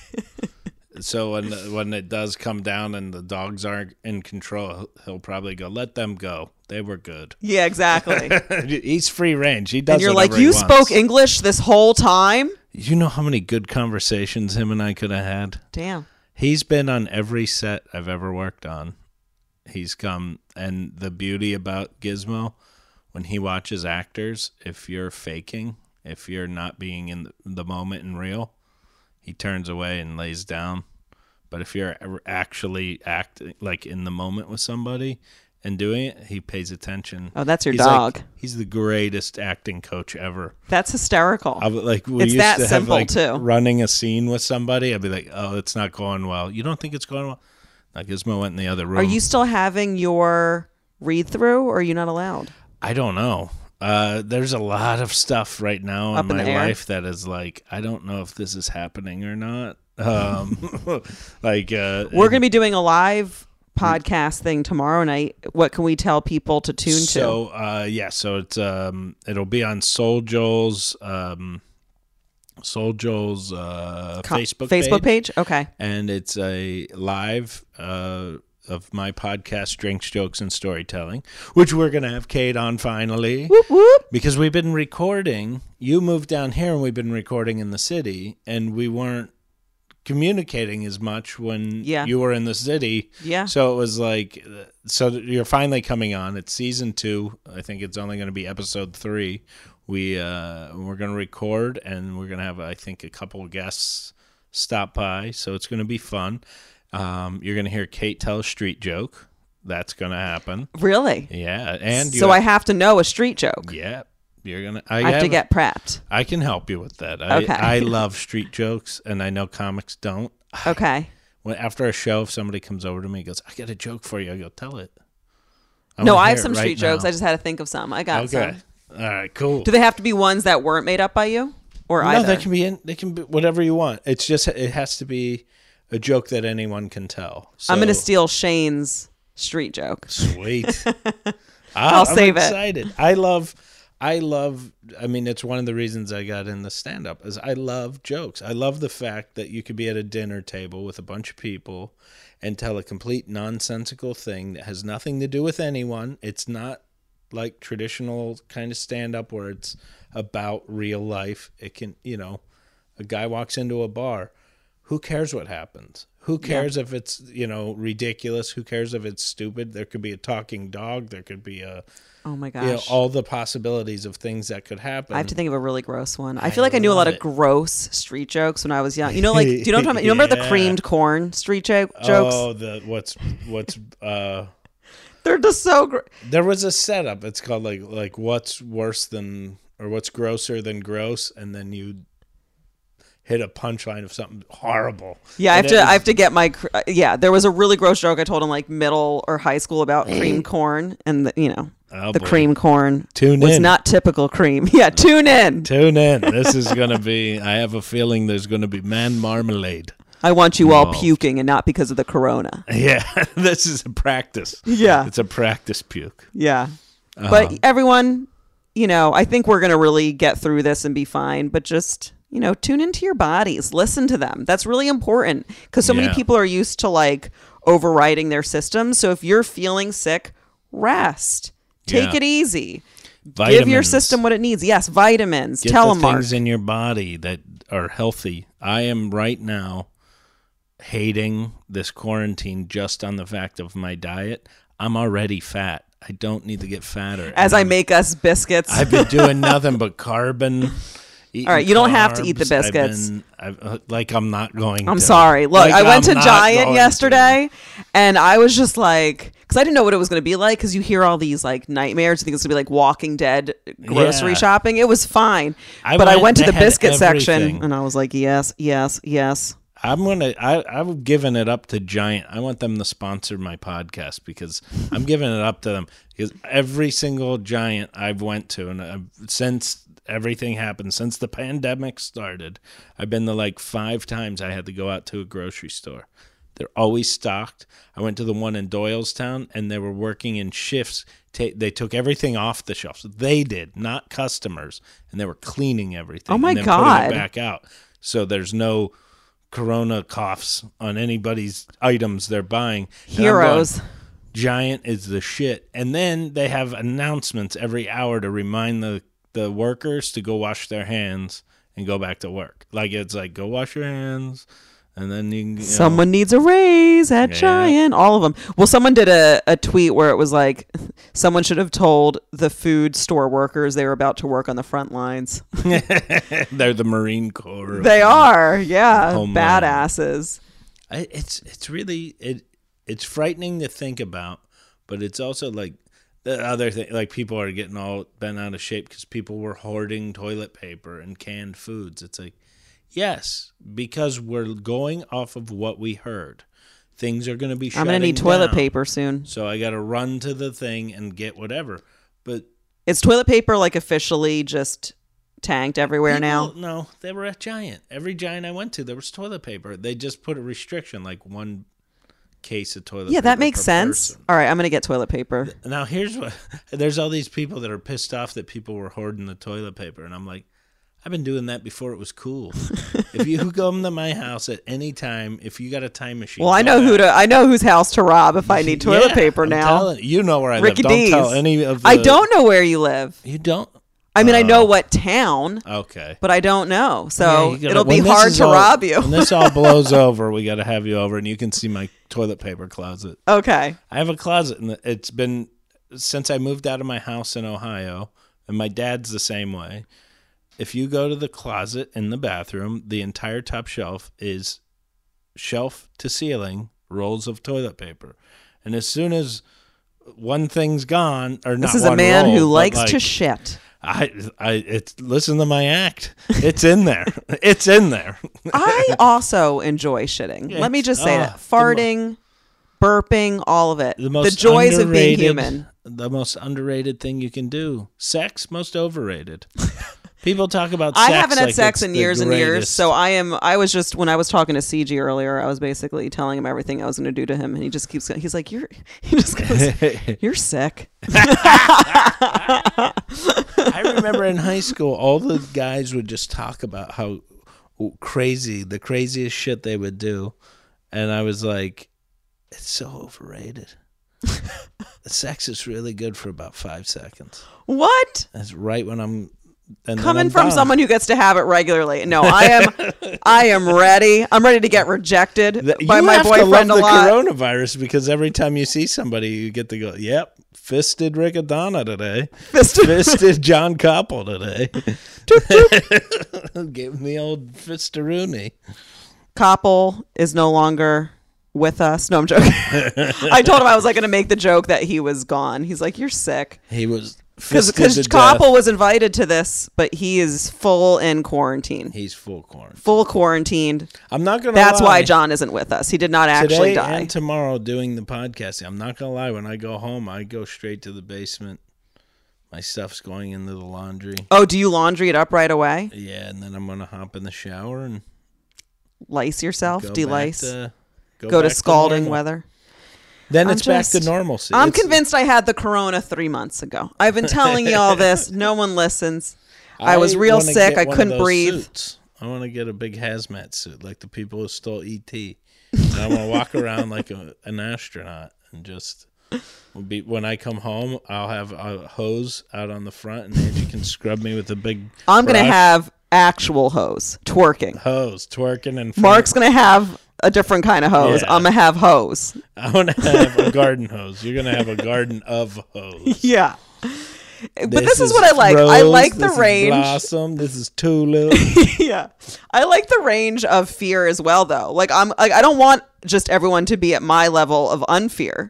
[SPEAKER 2] so when when it does come down and the dogs aren't in control, he'll probably go, "Let them go. They were good."
[SPEAKER 1] <laughs> yeah,
[SPEAKER 2] <laughs>
[SPEAKER 1] exactly. and
[SPEAKER 2] He's free range. He does.
[SPEAKER 1] you're like,
[SPEAKER 2] whatever he
[SPEAKER 1] you
[SPEAKER 2] wants."
[SPEAKER 1] spoke English this whole time?
[SPEAKER 2] You know how many good conversations him and I could have had.
[SPEAKER 1] Damn.
[SPEAKER 2] He's been on every set I've ever worked on. He's come, and the beauty about Gizmo, when he watches actors, if you're faking, if you're not being in the- the moment and real, he turns away and lays down. But if you're a- actually acting like in the moment with somebody and doing it, he pays attention.
[SPEAKER 1] Oh, that's your
[SPEAKER 2] He's like-
[SPEAKER 1] dog.
[SPEAKER 2] he's the greatest acting coach ever.
[SPEAKER 1] That's hysterical.
[SPEAKER 2] I would like we
[SPEAKER 1] It's
[SPEAKER 2] used
[SPEAKER 1] that
[SPEAKER 2] to have
[SPEAKER 1] simple,
[SPEAKER 2] like
[SPEAKER 1] too.
[SPEAKER 2] running a scene with somebody. I'd be like, "Oh, it's not going well. You don't think it's going well?" Like Gizmo went in the other room.
[SPEAKER 1] Are you still having your read through or are you not allowed?
[SPEAKER 2] I don't know. Uh, there's a lot of stuff right now
[SPEAKER 1] Up
[SPEAKER 2] in
[SPEAKER 1] in
[SPEAKER 2] my
[SPEAKER 1] the air.
[SPEAKER 2] life that is like I don't know if this is happening or not. Um, <laughs> like uh,
[SPEAKER 1] We're going to be doing a live podcast thing tomorrow night. What can we tell people to tune to?
[SPEAKER 2] So uh, yeah, so it's um, it'll be on Soul Joel's um, Soul Joel's uh,
[SPEAKER 1] Co-
[SPEAKER 2] Facebook
[SPEAKER 1] Facebook
[SPEAKER 2] page.
[SPEAKER 1] page? Okay.
[SPEAKER 2] and it's a live uh, of my podcast, Drinks, Jokes, and Storytelling, which we're going to have Kate on finally
[SPEAKER 1] Whoop, whoop.
[SPEAKER 2] because we've been recording. You moved down here and we've been recording in the city, and we weren't communicating as much when
[SPEAKER 1] Yeah.
[SPEAKER 2] you were in the city.
[SPEAKER 1] Yeah.
[SPEAKER 2] So it was like, so you're finally coming on. It's season two. I think it's only going to be episode three. We uh, we're going to record and we're going to have I think a couple of guests stop by. So it's going to be fun. Um, you're going to hear Kate tell a street joke. That's going to happen.
[SPEAKER 1] Really?
[SPEAKER 2] Yeah, and you
[SPEAKER 1] So I have to know a street joke.
[SPEAKER 2] yeah, you're gonna. I,
[SPEAKER 1] I have to
[SPEAKER 2] have-
[SPEAKER 1] get prepped.
[SPEAKER 2] I can help you with that. I,
[SPEAKER 1] Okay. <laughs>
[SPEAKER 2] I love street jokes, and I know comics don't.
[SPEAKER 1] Okay.
[SPEAKER 2] When after a show, if somebody comes over to me and goes, "I got a joke for you," I go, "Tell it." <sighs> I
[SPEAKER 1] no,
[SPEAKER 2] wanna
[SPEAKER 1] I
[SPEAKER 2] hear
[SPEAKER 1] have
[SPEAKER 2] it
[SPEAKER 1] some
[SPEAKER 2] right
[SPEAKER 1] street
[SPEAKER 2] now."
[SPEAKER 1] jokes. I just had to think of some. I got
[SPEAKER 2] okay.
[SPEAKER 1] some.
[SPEAKER 2] All right. Cool.
[SPEAKER 1] Do they have to be ones that weren't made up by you or
[SPEAKER 2] no,
[SPEAKER 1] either?
[SPEAKER 2] they can be in. They can be whatever you want. It's just it has to be a joke that anyone can tell. So,
[SPEAKER 1] I'm going to steal Shane's street joke. <laughs>
[SPEAKER 2] Sweet.
[SPEAKER 1] I'll save it.
[SPEAKER 2] it. I love I love I mean it's one of the reasons I got in the stand up is I love jokes. I love the fact that you could be at a dinner table with a bunch of people and tell a complete nonsensical thing that has nothing to do with anyone. It's not like traditional kind of stand up where it's about real life. It can, you know, a guy walks into a bar. Who cares what happens? Who cares if it's, you know, ridiculous? Who cares if it's stupid? There could be a talking dog. There could be a,
[SPEAKER 1] Oh my gosh.
[SPEAKER 2] you know, all the possibilities of things that could happen.
[SPEAKER 1] I have to think of a really gross one. I feel like I knew a lot
[SPEAKER 2] love
[SPEAKER 1] of
[SPEAKER 2] it.
[SPEAKER 1] gross street jokes when I was young. You know, like do you know what I'm talking about? You remember the
[SPEAKER 2] <laughs> Yeah.
[SPEAKER 1] creamed corn street jo- jokes?
[SPEAKER 2] Oh, the what's what's uh
[SPEAKER 1] They're just so gr-
[SPEAKER 2] there was a setup. It's called like like what's worse than or what's grosser than gross and then you hit a punchline of something horrible.
[SPEAKER 1] yeah. I
[SPEAKER 2] And
[SPEAKER 1] have to
[SPEAKER 2] it
[SPEAKER 1] I
[SPEAKER 2] was-
[SPEAKER 1] have to get my cr- uh, yeah. There was a really gross joke I told in like middle or high school about creamed corn and the, you know
[SPEAKER 2] Oh,
[SPEAKER 1] the
[SPEAKER 2] boy.
[SPEAKER 1] cream corn
[SPEAKER 2] Tune
[SPEAKER 1] was
[SPEAKER 2] in.
[SPEAKER 1] not typical cream. <laughs> Yeah, tune in.
[SPEAKER 2] Tune in. This is going to be I have a feeling there's going to be man marmalade. <laughs>
[SPEAKER 1] I want you all
[SPEAKER 2] Involved.
[SPEAKER 1] puking and not because of the corona.
[SPEAKER 2] Yeah, this is a practice.
[SPEAKER 1] Yeah,
[SPEAKER 2] It's a practice puke.
[SPEAKER 1] yeah.
[SPEAKER 2] Uh-huh.
[SPEAKER 1] But everyone, you know, I think we're gonna really get through this and be fine. But just you know, tune into your bodies, listen to them. That's really important because so many
[SPEAKER 2] Yeah.
[SPEAKER 1] people are used to like overriding their systems. So if you're feeling sick, rest, take
[SPEAKER 2] Yeah.
[SPEAKER 1] it easy, give your
[SPEAKER 2] Vitamins.
[SPEAKER 1] system what it needs. Yes, vitamins,
[SPEAKER 2] get the
[SPEAKER 1] telemark.
[SPEAKER 2] things in your body that are healthy. I am right now hating this quarantine just on the fact of my diet. I'm already fat. I don't need to get fatter.
[SPEAKER 1] As I make us biscuits,
[SPEAKER 2] I've been doing nothing but carbon,
[SPEAKER 1] <laughs>
[SPEAKER 2] eating
[SPEAKER 1] All right, you don't have to eat the
[SPEAKER 2] carbs. I've
[SPEAKER 1] biscuits.
[SPEAKER 2] been- I've, uh, like I'm not going.
[SPEAKER 1] I'm
[SPEAKER 2] to.
[SPEAKER 1] sorry. Look,
[SPEAKER 2] Like,
[SPEAKER 1] I
[SPEAKER 2] I'm
[SPEAKER 1] went to
[SPEAKER 2] not
[SPEAKER 1] Giant
[SPEAKER 2] going
[SPEAKER 1] yesterday and I was just like, because I didn't know what it was going to be like because you hear all these like nightmares. You think it's going to be like Walking Dead grocery
[SPEAKER 2] Yeah.
[SPEAKER 1] shopping. It was fine.
[SPEAKER 2] I
[SPEAKER 1] but I
[SPEAKER 2] went,
[SPEAKER 1] went to
[SPEAKER 2] they
[SPEAKER 1] the
[SPEAKER 2] had
[SPEAKER 1] biscuit section
[SPEAKER 2] everything.
[SPEAKER 1] and I was like, yes, yes, yes.
[SPEAKER 2] I'm gonna. I, I've given it up to Giant. I want them to sponsor my podcast because I'm giving it up to them because every single Giant I've went to and I've, since everything happened since the pandemic started, I've been to like five times. I had to go out to a grocery store. They're always stocked. I went to the one in Doylestown and they were working in shifts. Ta- they took everything off the shelves. They did, not customers, and they were cleaning everything.
[SPEAKER 1] Oh my
[SPEAKER 2] and then putting it
[SPEAKER 1] God.
[SPEAKER 2] back back out. So there's no corona coughs on anybody's items they're buying. And I'm going,
[SPEAKER 1] Heroes.
[SPEAKER 2] Giant is the shit. And then they have announcements every hour to remind the, the workers to go wash their hands and go back to work. Like it's like go wash your hands and then you, can, you know,
[SPEAKER 1] Someone needs a raise at
[SPEAKER 2] Yeah.
[SPEAKER 1] Giant. All of them. Well, someone did a, a tweet where it was like, someone should have told the food store workers they were about to work on the front lines.
[SPEAKER 2] <laughs>
[SPEAKER 1] <laughs>
[SPEAKER 2] they're the Marine Corps.
[SPEAKER 1] They are, yeah,
[SPEAKER 2] Homeland.
[SPEAKER 1] badasses.
[SPEAKER 2] I, it's it's really it it's frightening to think about, but it's also like the other thing like people are getting all bent out of shape because people were hoarding toilet paper and canned foods. It's like yes, because we're going off of what we heard. Things are going to be.
[SPEAKER 1] I'm gonna
[SPEAKER 2] shutting
[SPEAKER 1] need toilet
[SPEAKER 2] down.
[SPEAKER 1] paper soon.
[SPEAKER 2] so I got to run to the thing and get whatever. But
[SPEAKER 1] It's toilet paper like officially just tanked everywhere now?
[SPEAKER 2] People- No, they were at Giant. Every Giant I went to, there was toilet paper. They just put a restriction, like one case of toilet.
[SPEAKER 1] Yeah,
[SPEAKER 2] paper
[SPEAKER 1] that makes
[SPEAKER 2] per
[SPEAKER 1] sense.
[SPEAKER 2] person.
[SPEAKER 1] All right, I'm gonna get toilet paper.
[SPEAKER 2] Now here's what: <laughs> there's all these people that are pissed off that people were hoarding the toilet paper, and I'm like, I've been doing that before it
[SPEAKER 1] <laughs>
[SPEAKER 2] was cool. if you come to my house at any time, if you got a time machine,
[SPEAKER 1] Well, I know who to. I know whose house to rob if I need toilet
[SPEAKER 2] <laughs> Yeah,
[SPEAKER 1] paper
[SPEAKER 2] I'm
[SPEAKER 1] now.
[SPEAKER 2] telling- you know where I
[SPEAKER 1] Ricky
[SPEAKER 2] live. Don't
[SPEAKER 1] D's.
[SPEAKER 2] tell any of. The,
[SPEAKER 1] I don't know where you live.
[SPEAKER 2] You don't.
[SPEAKER 1] I mean, I know what town,
[SPEAKER 2] Okay.
[SPEAKER 1] but I don't know. So
[SPEAKER 2] Uh, Yeah, you gotta-
[SPEAKER 1] it'll be
[SPEAKER 2] when this
[SPEAKER 1] hard
[SPEAKER 2] is
[SPEAKER 1] to
[SPEAKER 2] all-
[SPEAKER 1] rob you.
[SPEAKER 2] when this all blows over, we got to have you over, and you can see my toilet paper closet.
[SPEAKER 1] <laughs> okay.
[SPEAKER 2] I have a closet, and it's been since I moved out of my house in Ohio, and my dad's the same way. If you go to the closet in the bathroom, the entire top shelf is shelf to ceiling rolls of toilet paper, and as soon as one thing's gone, or not
[SPEAKER 1] This is a
[SPEAKER 2] one
[SPEAKER 1] man
[SPEAKER 2] roll,
[SPEAKER 1] who
[SPEAKER 2] but
[SPEAKER 1] likes to
[SPEAKER 2] like- <laughs>
[SPEAKER 1] shit.
[SPEAKER 2] I, I, it's listen to my act. It's
[SPEAKER 1] <laughs>
[SPEAKER 2] in there. it's in there.
[SPEAKER 1] I also enjoy shitting. Let me just say
[SPEAKER 2] ah,
[SPEAKER 1] that
[SPEAKER 2] the mo-
[SPEAKER 1] farting, burping, all of it.
[SPEAKER 2] the most
[SPEAKER 1] joys of being
[SPEAKER 2] underrated-
[SPEAKER 1] human.
[SPEAKER 2] The most underrated thing you can do. Sex, most overrated. <laughs> People talk about.
[SPEAKER 1] I
[SPEAKER 2] sex
[SPEAKER 1] haven't
[SPEAKER 2] like
[SPEAKER 1] had sex
[SPEAKER 2] it's
[SPEAKER 1] in
[SPEAKER 2] the
[SPEAKER 1] years and years,
[SPEAKER 2] greatest. <laughs>
[SPEAKER 1] so I am. I was just when I was talking to CG earlier, I was basically telling him everything I was going to do to him, and he just keeps. He's like, "You're," <laughs> he just goes,
[SPEAKER 2] <laughs>
[SPEAKER 1] "You're sick."
[SPEAKER 2] I remember in high school, all the guys would just talk about how crazy, the craziest shit they would do, and I was like, "It's so
[SPEAKER 1] <laughs>
[SPEAKER 2] overrated." sex is really good for about five seconds.
[SPEAKER 1] What?
[SPEAKER 2] That's right when I'm and then
[SPEAKER 1] Coming
[SPEAKER 2] I'm
[SPEAKER 1] from
[SPEAKER 2] done.
[SPEAKER 1] someone who gets to have it regularly. No, I
[SPEAKER 2] <laughs>
[SPEAKER 1] am. I am ready. I'm ready to get rejected
[SPEAKER 2] Th-
[SPEAKER 1] by
[SPEAKER 2] you
[SPEAKER 1] my
[SPEAKER 2] have to
[SPEAKER 1] boyfriend a
[SPEAKER 2] love
[SPEAKER 1] lot. <laughs>
[SPEAKER 2] the coronavirus because every time you see somebody, you get to go, "Yep, fisted
[SPEAKER 1] <laughs>
[SPEAKER 2] Riccadonna today,
[SPEAKER 1] Fisted-
[SPEAKER 2] fisted John Koppel today, <laughs> gave him the old fistaroony."
[SPEAKER 1] Koppel is no longer with us. No, I'm
[SPEAKER 2] <laughs>
[SPEAKER 1] joking. I told him I was like going to make the joke that he was gone. He's like, "You're sick."
[SPEAKER 2] He was
[SPEAKER 1] Because
[SPEAKER 2] fisted to
[SPEAKER 1] Koppel
[SPEAKER 2] death.
[SPEAKER 1] was invited to this, but he is full in quarantine.
[SPEAKER 2] He's full corn.
[SPEAKER 1] full quarantined.
[SPEAKER 2] I'm not gonna.
[SPEAKER 1] That's
[SPEAKER 2] lie.
[SPEAKER 1] why John isn't with us. He did not actually
[SPEAKER 2] today
[SPEAKER 1] die.
[SPEAKER 2] and tomorrow doing the podcast. I'm not gonna lie. When I go home, I go straight to the basement. My stuff's going into the laundry.
[SPEAKER 1] oh, do you laundry it up right away?
[SPEAKER 2] Yeah, and then I'm gonna hop in the shower and
[SPEAKER 1] Lice yourself?
[SPEAKER 2] go
[SPEAKER 1] Delice?
[SPEAKER 2] Back to,
[SPEAKER 1] Go to
[SPEAKER 2] back
[SPEAKER 1] scalding
[SPEAKER 2] normal.
[SPEAKER 1] weather?
[SPEAKER 2] Then
[SPEAKER 1] I'm
[SPEAKER 2] it's back to
[SPEAKER 1] just-
[SPEAKER 2] normalcy.
[SPEAKER 1] I'm
[SPEAKER 2] It's-
[SPEAKER 1] convinced I had the corona three months ago. I've been telling you all
[SPEAKER 2] <laughs>
[SPEAKER 1] this. No one listens. I, was real
[SPEAKER 2] wanna
[SPEAKER 1] sick.
[SPEAKER 2] get
[SPEAKER 1] I
[SPEAKER 2] one of
[SPEAKER 1] couldn't
[SPEAKER 2] those
[SPEAKER 1] breathe.
[SPEAKER 2] suits. I want to get a big hazmat suit, like the people who stole ET. And I want to
[SPEAKER 1] <laughs>
[SPEAKER 2] walk around like a, an astronaut and just. will Be, when I come home, I'll have a hose out on the front, and Angie can scrub me with a big.
[SPEAKER 1] I'm going to
[SPEAKER 2] brush.
[SPEAKER 1] have actual hose, twerking.
[SPEAKER 2] hose twerking and.
[SPEAKER 1] Mark's going to have a different kind of hose.
[SPEAKER 2] Yeah.
[SPEAKER 1] I'm going to have hose.
[SPEAKER 2] I want to have a garden hose. You're gonna have a garden of hose.
[SPEAKER 1] Yeah. <laughs> But this, is, what I like. I
[SPEAKER 2] rose,
[SPEAKER 1] like the
[SPEAKER 2] this is
[SPEAKER 1] range.
[SPEAKER 2] blossom. This is tulip.
[SPEAKER 1] <laughs> yeah. I like the range of fear as well though. Like I'm like I don't want just everyone to be at my level of unfear.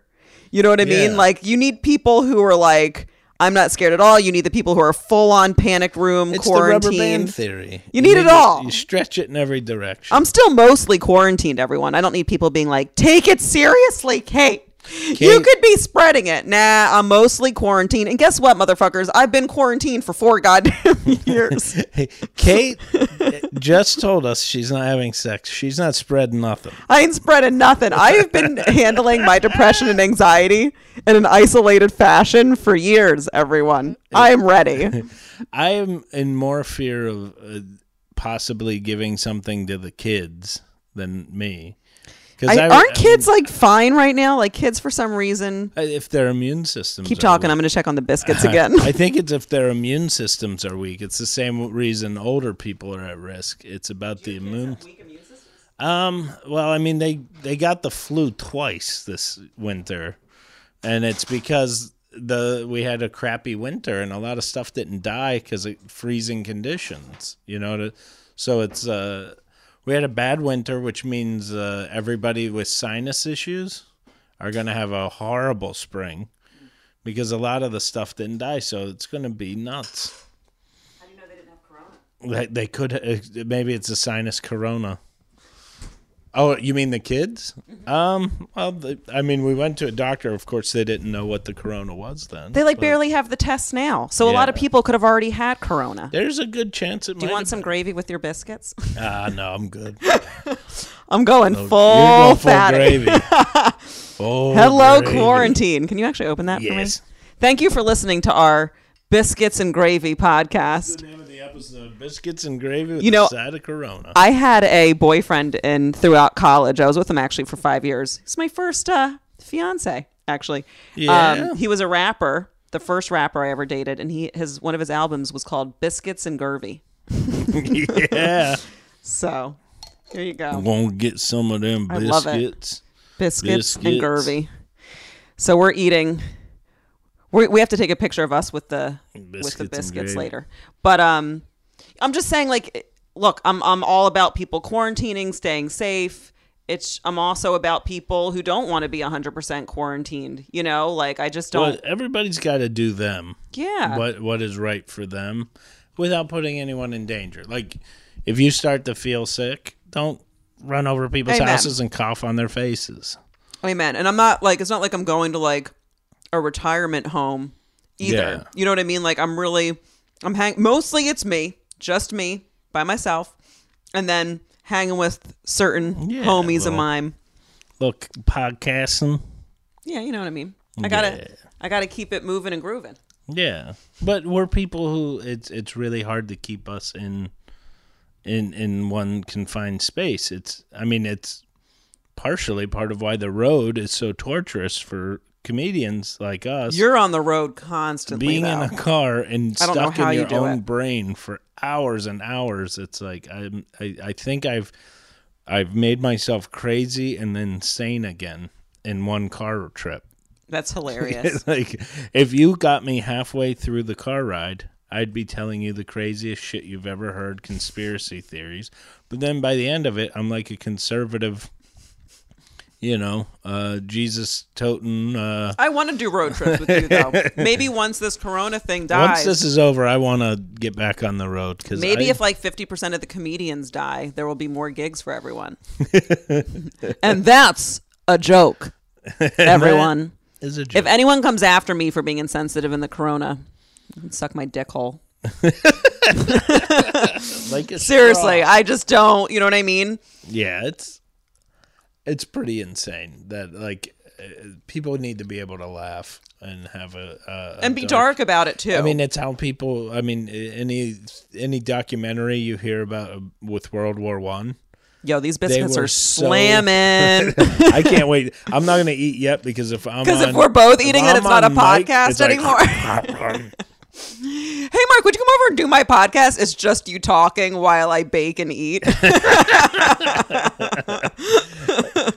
[SPEAKER 1] You know what I mean?
[SPEAKER 2] Yeah.
[SPEAKER 1] Like you need people who are like I'm not scared at all. You need the people who are full on panic room
[SPEAKER 2] It's the
[SPEAKER 1] quarantine.
[SPEAKER 2] rubber band theory.
[SPEAKER 1] You need it
[SPEAKER 2] to-
[SPEAKER 1] all.
[SPEAKER 2] You stretch it in every direction.
[SPEAKER 1] I'm still mostly quarantined, everyone. I don't need people being like, take it seriously, Kate. You
[SPEAKER 2] Kate-
[SPEAKER 1] could be spreading it. Nah, I'm mostly quarantined. And guess what, motherfuckers? I've been quarantined for four goddamn <laughs> years.
[SPEAKER 2] Hey, Kate just told us she's not having sex. She's not spreading nothing.
[SPEAKER 1] I ain't spreading nothing. I have been handling my depression and anxiety in an isolated fashion for years, everyone. I am
[SPEAKER 2] <laughs>
[SPEAKER 1] ready.
[SPEAKER 2] I am in more fear of uh, possibly giving something to the kids than me. Because
[SPEAKER 1] I, aren't kids like fine right now? Like kids, for some reason.
[SPEAKER 2] uh, if their immune systems
[SPEAKER 1] Keep
[SPEAKER 2] are
[SPEAKER 1] talking.
[SPEAKER 2] weak.
[SPEAKER 1] I'm going to check on the biscuits again.
[SPEAKER 2] <laughs> I think it's if their immune systems are weak. It's the same reason older people are at risk. It's about the immune. Um. Well, I mean, they they got the flu twice this winter, and it's because the we had a crappy winter and a lot of stuff didn't die because of freezing conditions. You know, to, so it's uh we had a bad winter, which means uh, everybody with sinus issues are going to have a horrible spring because a lot of the stuff didn't die, so it's going to be nuts. They, they could uh, maybe it's a sinus corona. Oh, you mean the kids? Um, well, the, I mean, we went to a doctor. Of course, they didn't know what the corona was then.
[SPEAKER 1] They like
[SPEAKER 2] but
[SPEAKER 1] barely have the tests now. So a lot of
[SPEAKER 2] Yeah.
[SPEAKER 1] people could have already had corona.
[SPEAKER 2] There's a good chance it
[SPEAKER 1] Do
[SPEAKER 2] might.
[SPEAKER 1] you want
[SPEAKER 2] have-
[SPEAKER 1] some gravy with your
[SPEAKER 2] <laughs>
[SPEAKER 1] biscuits?
[SPEAKER 2] Ah, no,
[SPEAKER 1] <laughs>
[SPEAKER 2] I'm good.
[SPEAKER 1] I'm going
[SPEAKER 2] You're
[SPEAKER 1] full Oh,
[SPEAKER 2] going full
[SPEAKER 1] fatty.
[SPEAKER 2] gravy.
[SPEAKER 1] <laughs>
[SPEAKER 2] Oh,
[SPEAKER 1] Hello,
[SPEAKER 2] gravy.
[SPEAKER 1] quarantine. Can you actually open that
[SPEAKER 2] Yes.
[SPEAKER 1] for me? Thank you for listening to our biscuits and gravy podcast.
[SPEAKER 2] The name of the episode: biscuits and gravy with
[SPEAKER 1] You know-
[SPEAKER 2] a side of corona.
[SPEAKER 1] I had a boyfriend in throughout college. I was with him actually for five years. He's my first uh, fiance, actually. Um,
[SPEAKER 2] Yeah.
[SPEAKER 1] he was a rapper, the first rapper I ever dated, and he his one of his albums was called Biscuits and Gravy.
[SPEAKER 2] yeah,
[SPEAKER 1] So here you go.
[SPEAKER 2] won't get some of them
[SPEAKER 1] I
[SPEAKER 2] biscuits.
[SPEAKER 1] love it. biscuits, and
[SPEAKER 2] Biscuits.
[SPEAKER 1] gurvy. So we're eating. We we have to take a picture of us with the with
[SPEAKER 2] Biscuits
[SPEAKER 1] the
[SPEAKER 2] and
[SPEAKER 1] biscuits
[SPEAKER 2] gravy.
[SPEAKER 1] later. But um, I'm just saying, like, it- look, I'm I'm all about people quarantining, staying safe. It's I'm also about people who don't want to be 100% quarantined. You know, like I just don't.
[SPEAKER 2] Well, everybody's got to do them.
[SPEAKER 1] Oh. yeah,
[SPEAKER 2] What what is right for them, without putting anyone in danger. Like, if you start to feel sick, don't run over people's
[SPEAKER 1] Amen.
[SPEAKER 2] houses and cough on their faces.
[SPEAKER 1] amen. And I'm not like it's not like I'm going to like a retirement home either.
[SPEAKER 2] Yeah.
[SPEAKER 1] You know what I mean? Like I'm really I'm hang mostly it's me, just me by myself and then hanging with certain
[SPEAKER 2] Yeah,
[SPEAKER 1] homies of
[SPEAKER 2] little-
[SPEAKER 1] mine.
[SPEAKER 2] Look, podcasting.
[SPEAKER 1] Yeah, you know what I mean? I got to
[SPEAKER 2] Yeah.
[SPEAKER 1] I got to keep it moving and grooving.
[SPEAKER 2] Yeah, but we're people who it's it's really hard to keep us in in in one confined space. It's I mean it's partially part of why the road is so torturous for comedians like us.
[SPEAKER 1] You're on the road constantly
[SPEAKER 2] <laughs> being
[SPEAKER 1] though.
[SPEAKER 2] in a car and
[SPEAKER 1] I don't know
[SPEAKER 2] stuck
[SPEAKER 1] how
[SPEAKER 2] in
[SPEAKER 1] you
[SPEAKER 2] your
[SPEAKER 1] do
[SPEAKER 2] own
[SPEAKER 1] it.
[SPEAKER 2] brain for hours and hours it's like I'm, I I think I've I've made myself crazy and then sane again in one car trip.
[SPEAKER 1] That's
[SPEAKER 2] <laughs>
[SPEAKER 1] hilarious.
[SPEAKER 2] like if you got me halfway through the car ride, I'd be telling you the craziest shit you've ever heard, conspiracy theories. But then by the end of it, I'm like a conservative you know, uh Jesus toting uh
[SPEAKER 1] I want to do road trips with you
[SPEAKER 2] <laughs>
[SPEAKER 1] though. Maybe once this corona thing
[SPEAKER 2] Once
[SPEAKER 1] dies.
[SPEAKER 2] this is over, I want to get back on the road because
[SPEAKER 1] Maybe
[SPEAKER 2] I,
[SPEAKER 1] if like 50% of the comedians die, there will be more gigs for everyone. <laughs> and that's a
[SPEAKER 2] <laughs>
[SPEAKER 1] joke, everyone.
[SPEAKER 2] is a
[SPEAKER 1] If
[SPEAKER 2] joke.
[SPEAKER 1] anyone comes after me for being insensitive in the corona, you can suck my dick hole.
[SPEAKER 2] like a
[SPEAKER 1] Seriously,
[SPEAKER 2] straw.
[SPEAKER 1] I just don't, you know what I mean?
[SPEAKER 2] yeah, it's it's pretty insane that like uh, people need to be able to laugh and have a, a a
[SPEAKER 1] And be dark about it too.
[SPEAKER 2] I mean, it's how people. I mean, a- any any documentary you hear about uh, with World War One. <laughs>
[SPEAKER 1] yo, these biscuits
[SPEAKER 2] were
[SPEAKER 1] are
[SPEAKER 2] so- <laughs>
[SPEAKER 1] slamming.
[SPEAKER 2] I can't wait. I'm not gonna eat yet because if I'm
[SPEAKER 1] Because if
[SPEAKER 2] on-
[SPEAKER 1] we're both eating, then
[SPEAKER 2] I'm
[SPEAKER 1] it's not
[SPEAKER 2] on
[SPEAKER 1] a
[SPEAKER 2] mic,
[SPEAKER 1] podcast
[SPEAKER 2] it's like-
[SPEAKER 1] anymore.
[SPEAKER 2] <laughs>
[SPEAKER 1] hey, Mark, would you come over and do my podcast? It's just you talking while I bake and eat. <laughs>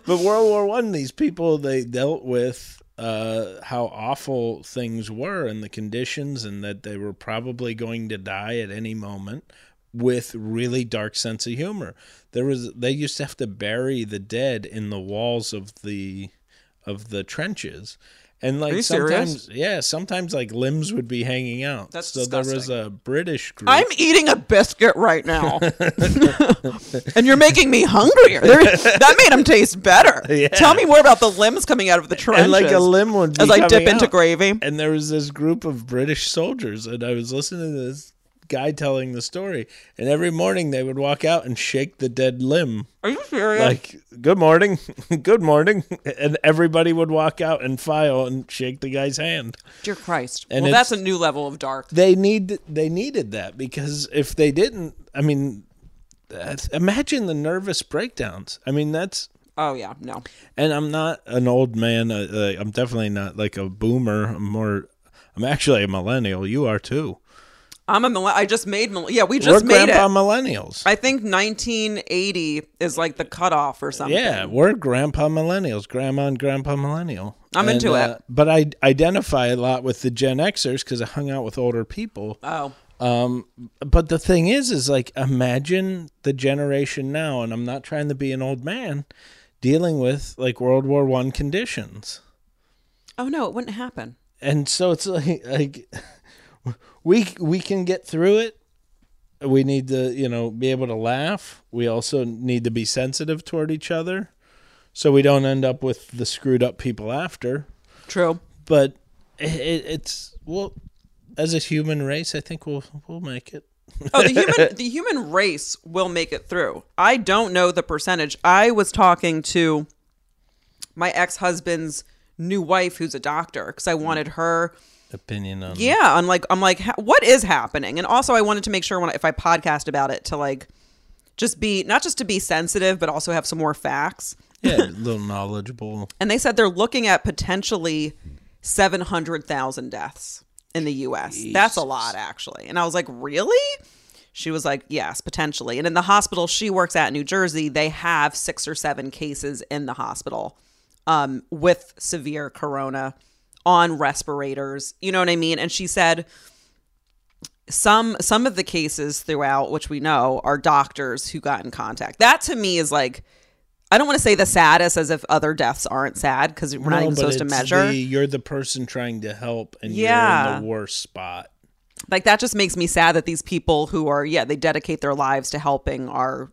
[SPEAKER 2] But World War One, these people they dealt with uh, how awful things were and the conditions, and that they were probably going to die at any moment. With really dark sense of humor, there was they used to have to bury the dead in the walls of the of the trenches, and
[SPEAKER 1] you
[SPEAKER 2] like
[SPEAKER 1] serious?
[SPEAKER 2] sometimes, yeah, sometimes like limbs would be hanging out.
[SPEAKER 1] That's
[SPEAKER 2] so there was a British group.
[SPEAKER 1] I'm eating a biscuit right
[SPEAKER 2] <laughs>
[SPEAKER 1] now, and you're making me hungrier. There- that made them taste better.
[SPEAKER 2] Yeah.
[SPEAKER 1] Tell me more about the limbs coming out of the trenches.
[SPEAKER 2] <laughs> and like a limb would be
[SPEAKER 1] as I dip
[SPEAKER 2] coming
[SPEAKER 1] into
[SPEAKER 2] out.
[SPEAKER 1] gravy.
[SPEAKER 2] And there was this group of British soldiers, and I was listening to this guy telling the story. And every morning they would walk out and shake the dead limb,
[SPEAKER 1] Are you serious?
[SPEAKER 2] like "Good morning, <laughs> good morning," <laughs> and everybody would walk out and file and shake the guy's hand.
[SPEAKER 1] Dear Christ.
[SPEAKER 2] And
[SPEAKER 1] well,
[SPEAKER 2] it's-
[SPEAKER 1] that's a new level of dark.
[SPEAKER 2] They need they needed that because if they didn't, I mean, that's- imagine the nervous breakdowns. I mean, that's
[SPEAKER 1] Oh yeah, no.
[SPEAKER 2] and I'm not an old man. Uh, uh, I'm definitely not like a boomer. I'm more. I'm actually a millennial. You are too.
[SPEAKER 1] I'm a mil- I just made mil- yeah. We just
[SPEAKER 2] we're
[SPEAKER 1] made
[SPEAKER 2] grandpa
[SPEAKER 1] it.
[SPEAKER 2] millennials.
[SPEAKER 1] I think 1980 is like the cutoff or something.
[SPEAKER 2] yeah, we're grandpa millennials. Grandma and grandpa millennial.
[SPEAKER 1] I'm
[SPEAKER 2] And,
[SPEAKER 1] into
[SPEAKER 2] uh,
[SPEAKER 1] it.
[SPEAKER 2] But I identify a lot with the Gen Xers because I hung out with older people.
[SPEAKER 1] Oh,
[SPEAKER 2] Um, but the thing is, is like imagine the generation now, and I'm not trying to be an old man, dealing with like World War One conditions.
[SPEAKER 1] oh no, it wouldn't happen.
[SPEAKER 2] and so it's <laughs> like like we we can get through it we need to you know be able to laugh we also need to be sensitive toward each other so we don't end up with the screwed up people after
[SPEAKER 1] True.
[SPEAKER 2] but it, it, it's well as a human race i think we'll we'll make it
[SPEAKER 1] Oh, the human the human race will make it through. I don't know the percentage. I was talking to my ex husband's new wife, who's a doctor, because I wanted her
[SPEAKER 2] opinion on
[SPEAKER 1] yeah i'm like i'm like "Ha- what is happening and also i wanted to make sure when I, if i podcast about it to like just be not just to be sensitive but also have some more facts
[SPEAKER 2] yeah a little knowledgeable
[SPEAKER 1] and they said they're looking at potentially 700000 deaths in the us that's a lot actually and i was like really she was like yes potentially and in the hospital she works at in new jersey they have six or seven cases in the hospital um, with severe corona on respirators you know what i mean and she said some some of the cases throughout which we know are doctors who got in contact that to me is like i don't want to say the saddest as if other deaths aren't sad because <laughs> we're not
[SPEAKER 2] No,
[SPEAKER 1] even
[SPEAKER 2] but
[SPEAKER 1] supposed to
[SPEAKER 2] it's
[SPEAKER 1] measure
[SPEAKER 2] the- you're the person trying to help and you're
[SPEAKER 1] Yeah.
[SPEAKER 2] in the worst spot
[SPEAKER 1] like that just makes me sad that these people who are yeah they dedicate their lives to helping are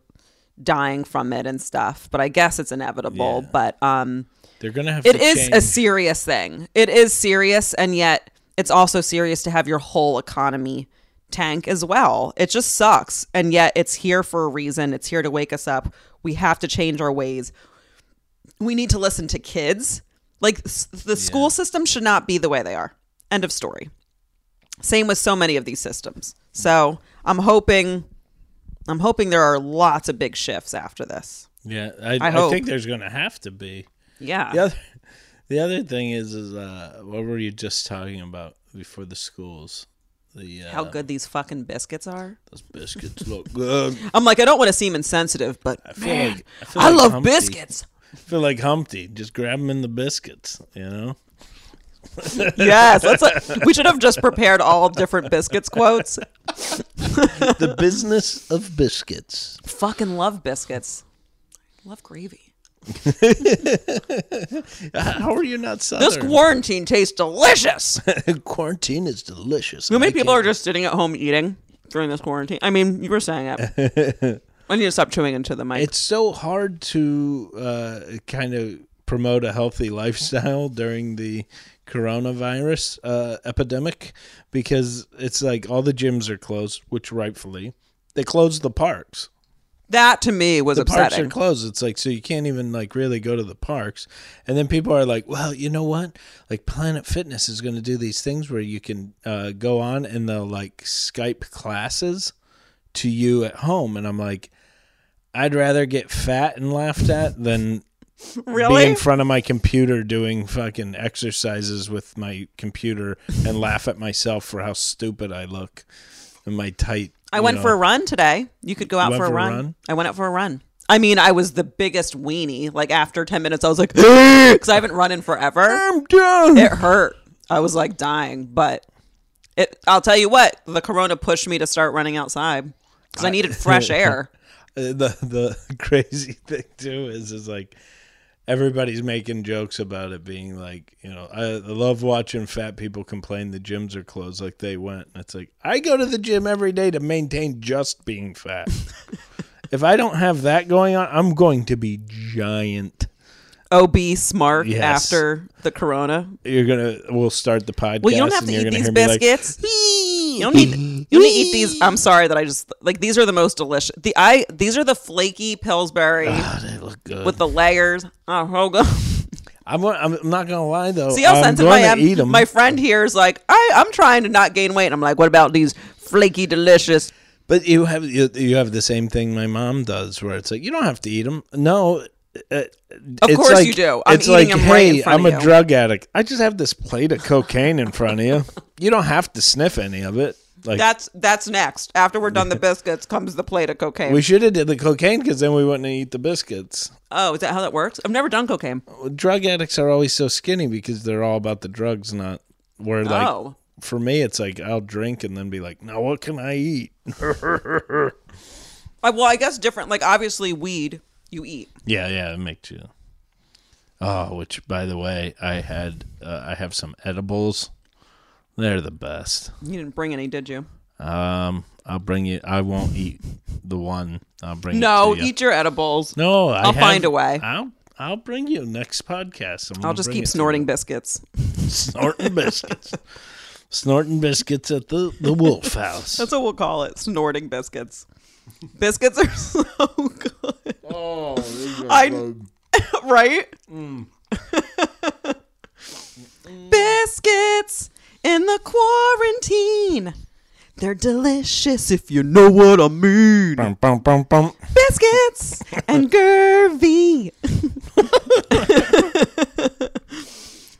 [SPEAKER 1] dying from it and stuff but i guess it's inevitable but um
[SPEAKER 2] they're gonna have
[SPEAKER 1] it
[SPEAKER 2] to
[SPEAKER 1] is
[SPEAKER 2] change.
[SPEAKER 1] a serious thing it is serious and yet it's also serious to have your whole economy tank as well it just sucks and yet it's here for a reason it's here to wake us up we have to change our ways we need to listen to kids like s- the school system should not be the way they are end of story same with so many of these systems so i'm hoping i'm hoping there are lots of big shifts after this
[SPEAKER 2] yeah i, I,
[SPEAKER 1] hope.
[SPEAKER 2] think there's gonna have to be
[SPEAKER 1] yeah
[SPEAKER 2] the other the other thing is is uh what were you just talking about before the schools the uh,
[SPEAKER 1] how good these fucking biscuits are
[SPEAKER 2] those biscuits <laughs> look good
[SPEAKER 1] I'm like, I don't want to seem insensitive, but I,
[SPEAKER 2] feel like- I feel
[SPEAKER 1] I
[SPEAKER 2] like
[SPEAKER 1] love
[SPEAKER 2] Humpty.
[SPEAKER 1] biscuits.
[SPEAKER 2] feel like humpty just grab them in the biscuits you know
[SPEAKER 1] yes, let's. uh, we should have just prepared all different biscuits quotes.
[SPEAKER 2] the business of biscuits
[SPEAKER 1] Fucking love biscuits. Love gravy.
[SPEAKER 2] <laughs> how are you not southern
[SPEAKER 1] This quarantine tastes
[SPEAKER 2] <laughs>
[SPEAKER 1] delicious.
[SPEAKER 2] quarantine is delicious
[SPEAKER 1] How many people are just sitting at home eating during this quarantine? I mean, you were saying it.
[SPEAKER 2] <laughs>
[SPEAKER 1] I need to stop chewing into the mic.
[SPEAKER 2] it's so hard to uh, kind of promote a healthy lifestyle <laughs> during the coronavirus uh, epidemic because it's like all the gyms are closed, which rightfully they closed the parks.
[SPEAKER 1] that to me was
[SPEAKER 2] The parks are
[SPEAKER 1] upsetting.
[SPEAKER 2] closed. It's like so you can't even like really go to the parks. And then people are like, "Well, you know what? Like Planet Fitness is going to do these things where you can uh, go on and they'll like Skype classes to you at home." And I'm like, I'd rather get fat and laughed at than
[SPEAKER 1] <laughs> really?
[SPEAKER 2] be in front of my computer doing fucking exercises with my computer and laugh at myself for how stupid I look and my tight.
[SPEAKER 1] I
[SPEAKER 2] you
[SPEAKER 1] went
[SPEAKER 2] know.
[SPEAKER 1] for a run today. You could go out
[SPEAKER 2] went
[SPEAKER 1] for a
[SPEAKER 2] for a
[SPEAKER 1] run.
[SPEAKER 2] run?
[SPEAKER 1] I went out for a run. I mean, I was the biggest weenie. Like after 10 minutes, I was like, <gasps> because I haven't run in
[SPEAKER 2] <laughs>
[SPEAKER 1] forever.
[SPEAKER 2] I'm done.
[SPEAKER 1] It hurt. I was like dying, but it, I'll tell you what, the corona pushed me to start running outside because I
[SPEAKER 2] <laughs>
[SPEAKER 1] needed fresh air.
[SPEAKER 2] Uh, the <laughs> the crazy thing too is is like everybody's making jokes about it being like you know I, I love watching fat people complain the gyms are closed like they went and it's like I go to the gym every day to maintain just
[SPEAKER 1] <laughs>
[SPEAKER 2] being fat. if I don't have that going on, I'm going to be giant.
[SPEAKER 1] Obese Mark
[SPEAKER 2] Yes.
[SPEAKER 1] after the corona.
[SPEAKER 2] You're gonna we'll start the podcast.
[SPEAKER 1] Well, you don't have
[SPEAKER 2] and
[SPEAKER 1] to
[SPEAKER 2] you're
[SPEAKER 1] eat these
[SPEAKER 2] gonna hear me like, <laughs>
[SPEAKER 1] biscuits. you don't need. You don't need to eat these. I'm sorry that I just like these are the most delicious. The I these are the flaky
[SPEAKER 2] <sighs>
[SPEAKER 1] Pillsbury
[SPEAKER 2] God, "Oh, they look good.
[SPEAKER 1] with the layers. Oh, hold on. <laughs>
[SPEAKER 2] I'm, I'm not gonna lie though.
[SPEAKER 1] See how
[SPEAKER 2] I'm
[SPEAKER 1] sensitive I
[SPEAKER 2] going to
[SPEAKER 1] am.
[SPEAKER 2] eat 'em.
[SPEAKER 1] My friend here is like, I I'm trying to not gain weight. And I'm like, what about these flaky delicious?
[SPEAKER 2] But you have you, you have the same thing my mom does, where it's like you don't have to eat them. No, uh,
[SPEAKER 1] Of course you do. I'm
[SPEAKER 2] it's
[SPEAKER 1] eating
[SPEAKER 2] like,
[SPEAKER 1] 'em
[SPEAKER 2] hey,
[SPEAKER 1] right in front
[SPEAKER 2] I'm
[SPEAKER 1] of
[SPEAKER 2] a
[SPEAKER 1] you."
[SPEAKER 2] drug addict. I just have this plate of cocaine in front of
[SPEAKER 1] <laughs>
[SPEAKER 2] you. You don't have to sniff any of it. Like
[SPEAKER 1] That's that's next. After we're
[SPEAKER 2] <laughs>
[SPEAKER 1] done the biscuits comes the plate of cocaine.
[SPEAKER 2] we should have did the cocaine because then we wouldn't eat the biscuits.
[SPEAKER 1] oh, is that how that works? I've never done cocaine.
[SPEAKER 2] Drug addicts are always so skinny because they're all about the drugs, not where like
[SPEAKER 1] Oh.
[SPEAKER 2] for me it's like I'll drink and then be like, now what can I eat?
[SPEAKER 1] I, well, I guess different. Like obviously weed you eat.
[SPEAKER 2] Yeah, yeah, it makes you. Oh, which by the way, I had uh, I have some edibles. They're the best.
[SPEAKER 1] You didn't bring any, did you?
[SPEAKER 2] Um, I'll bring you. I won't eat the one. I'll bring.
[SPEAKER 1] No,
[SPEAKER 2] it to you.
[SPEAKER 1] eat your edibles.
[SPEAKER 2] No, I
[SPEAKER 1] I'll
[SPEAKER 2] have-
[SPEAKER 1] find a way.
[SPEAKER 2] I'll I'll bring you next podcast. i
[SPEAKER 1] I'll just keep snorting biscuits. <laughs>
[SPEAKER 2] snorting biscuits, snorting biscuits at the the Wolf House.
[SPEAKER 1] That's what we'll call it. Snorting biscuits. Biscuits are <laughs> so good.
[SPEAKER 2] oh,
[SPEAKER 1] I <laughs> right?
[SPEAKER 2] Mm.
[SPEAKER 1] Biscuits in the quarantine. They're delicious if you know what I mean.
[SPEAKER 2] bum, bum, bum, bum.
[SPEAKER 1] Biscuits and <laughs> Gervy.
[SPEAKER 2] <laughs>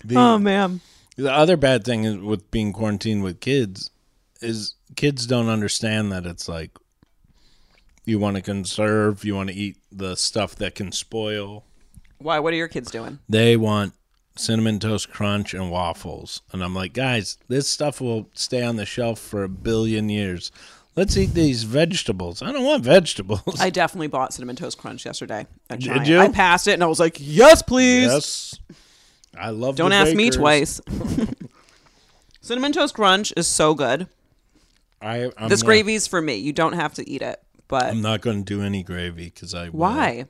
[SPEAKER 2] The,
[SPEAKER 1] Oh man.
[SPEAKER 2] The other bad thing is with being quarantined with kids is kids don't understand that it's like you want to conserve, you want to eat the stuff that can spoil.
[SPEAKER 1] Why? What are your kids doing?
[SPEAKER 2] They want cinnamon toast crunch and waffles. And I'm like, guys, this stuff will stay on the shelf for a billion years. Let's eat these vegetables. I don't want vegetables.
[SPEAKER 1] I definitely bought cinnamon toast crunch yesterday. at
[SPEAKER 2] Did
[SPEAKER 1] Giant.
[SPEAKER 2] you?
[SPEAKER 1] I passed it and I was like, "Yes, please."
[SPEAKER 2] <laughs> yes. I love
[SPEAKER 1] Don't
[SPEAKER 2] the
[SPEAKER 1] ask me
[SPEAKER 2] Bakers. <laughs>
[SPEAKER 1] twice. <laughs> cinnamon toast crunch is so good.
[SPEAKER 2] I, I'm
[SPEAKER 1] This
[SPEAKER 2] not,
[SPEAKER 1] gravy's for me. You don't have to eat it, but
[SPEAKER 2] I'm not going to do any gravy because I will.
[SPEAKER 1] why?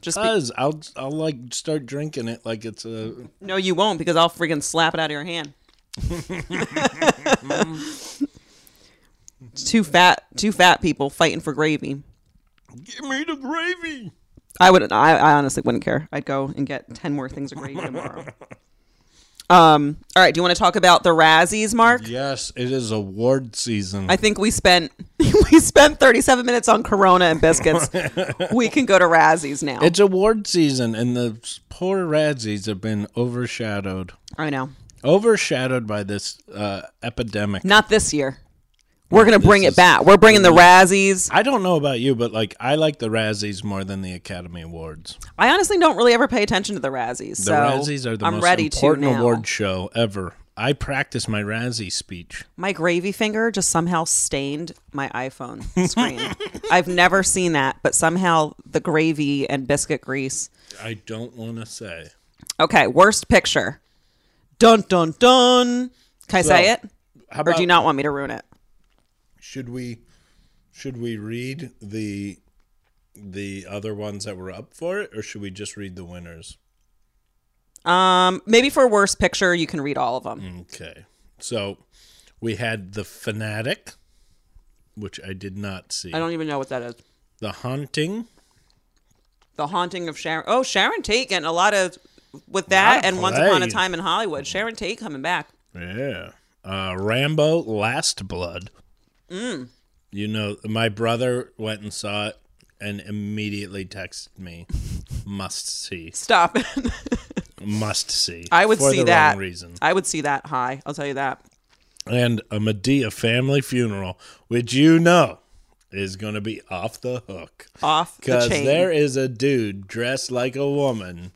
[SPEAKER 1] Just be-
[SPEAKER 2] Because I'll I'll like start drinking it like it's a
[SPEAKER 1] No, you won't because I'll freaking slap it out of your
[SPEAKER 2] <laughs>
[SPEAKER 1] hand. <laughs> it's two fat, two fat people fighting for gravy.
[SPEAKER 2] give me the gravy.
[SPEAKER 1] I wouldn't. I, I honestly wouldn't care. I'd go and get ten more things of gravy
[SPEAKER 2] <laughs>
[SPEAKER 1] tomorrow. Um. All right. Do you want to talk about the Razzies, Mark?
[SPEAKER 2] Yes, it is award season.
[SPEAKER 1] I think we spent <laughs> we spent thirty seven minutes on Corona and
[SPEAKER 2] <laughs>
[SPEAKER 1] biscuits. we can go to Razzies now.
[SPEAKER 2] it's award season, and the s- poor Radzies have been overshadowed,
[SPEAKER 1] I know.
[SPEAKER 2] overshadowed by this uh, epidemic.
[SPEAKER 1] Not this year. We're gonna bring
[SPEAKER 2] is-
[SPEAKER 1] it back. We're bringing the Razzies.
[SPEAKER 2] I don't know about you, but like I like the Razzies more than the Academy Awards.
[SPEAKER 1] I honestly don't really ever pay attention to the Razzies.
[SPEAKER 2] The
[SPEAKER 1] so
[SPEAKER 2] Razzies are the
[SPEAKER 1] I'm
[SPEAKER 2] most
[SPEAKER 1] ready
[SPEAKER 2] important
[SPEAKER 1] to now.
[SPEAKER 2] award show ever. I practice my Razzie speech.
[SPEAKER 1] My gravy finger just somehow stained my iPhone
[SPEAKER 2] <laughs>
[SPEAKER 1] screen. I've never seen that, but somehow the gravy and biscuit grease.
[SPEAKER 2] I don't want to say.
[SPEAKER 1] Okay, worst picture. Dun dun dun. Can I say
[SPEAKER 2] So,
[SPEAKER 1] it,
[SPEAKER 2] How
[SPEAKER 1] or do you not want me to ruin it?
[SPEAKER 2] Should we should we read the the other ones that were up for it or should we just read the winners?
[SPEAKER 1] Um, maybe for worst picture, you can read all of them.
[SPEAKER 2] Mm. Okay. So we had The Fanatic, which I did not see.
[SPEAKER 1] I don't even know what that is.
[SPEAKER 2] The Haunting.
[SPEAKER 1] The haunting of Sharon. Oh, Sharon Tate getting a lot of with that,
[SPEAKER 2] of
[SPEAKER 1] and Once Upon a
[SPEAKER 2] plays.
[SPEAKER 1] Time in Hollywood. Sharon Tate coming back.
[SPEAKER 2] Yeah. Uh Rambo Last Blood. Mm. You know, my brother went and saw it and immediately texted me, must see.
[SPEAKER 1] Stop <laughs> it.
[SPEAKER 2] Must see.
[SPEAKER 1] I would
[SPEAKER 2] for
[SPEAKER 1] see
[SPEAKER 2] the
[SPEAKER 1] that.
[SPEAKER 2] wrong reason.
[SPEAKER 1] I would see that high. I'll tell you that.
[SPEAKER 2] and a Medea family funeral, which you know is going to be off the hook
[SPEAKER 1] Off the
[SPEAKER 2] because
[SPEAKER 1] chain.
[SPEAKER 2] there is a dude dressed like a woman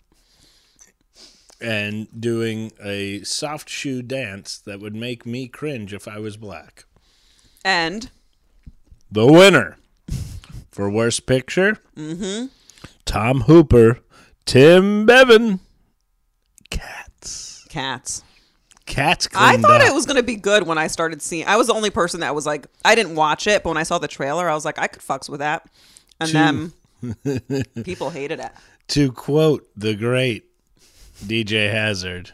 [SPEAKER 2] and doing a soft shoe dance that would make me cringe if I was black.
[SPEAKER 1] and
[SPEAKER 2] The winner for worst picture, mm-hmm. Tom Hooper, Tim Bevan, Cats.
[SPEAKER 1] cats.
[SPEAKER 2] Cats.
[SPEAKER 1] I
[SPEAKER 2] cleaned
[SPEAKER 1] thought
[SPEAKER 2] up.
[SPEAKER 1] it was going to be good when I started seeing. I was the only person that was like, I didn't watch it, but when I saw the trailer, I was like, I could fucks with that. And <laughs> then people hated it.
[SPEAKER 2] To quote the great DJ Hazard,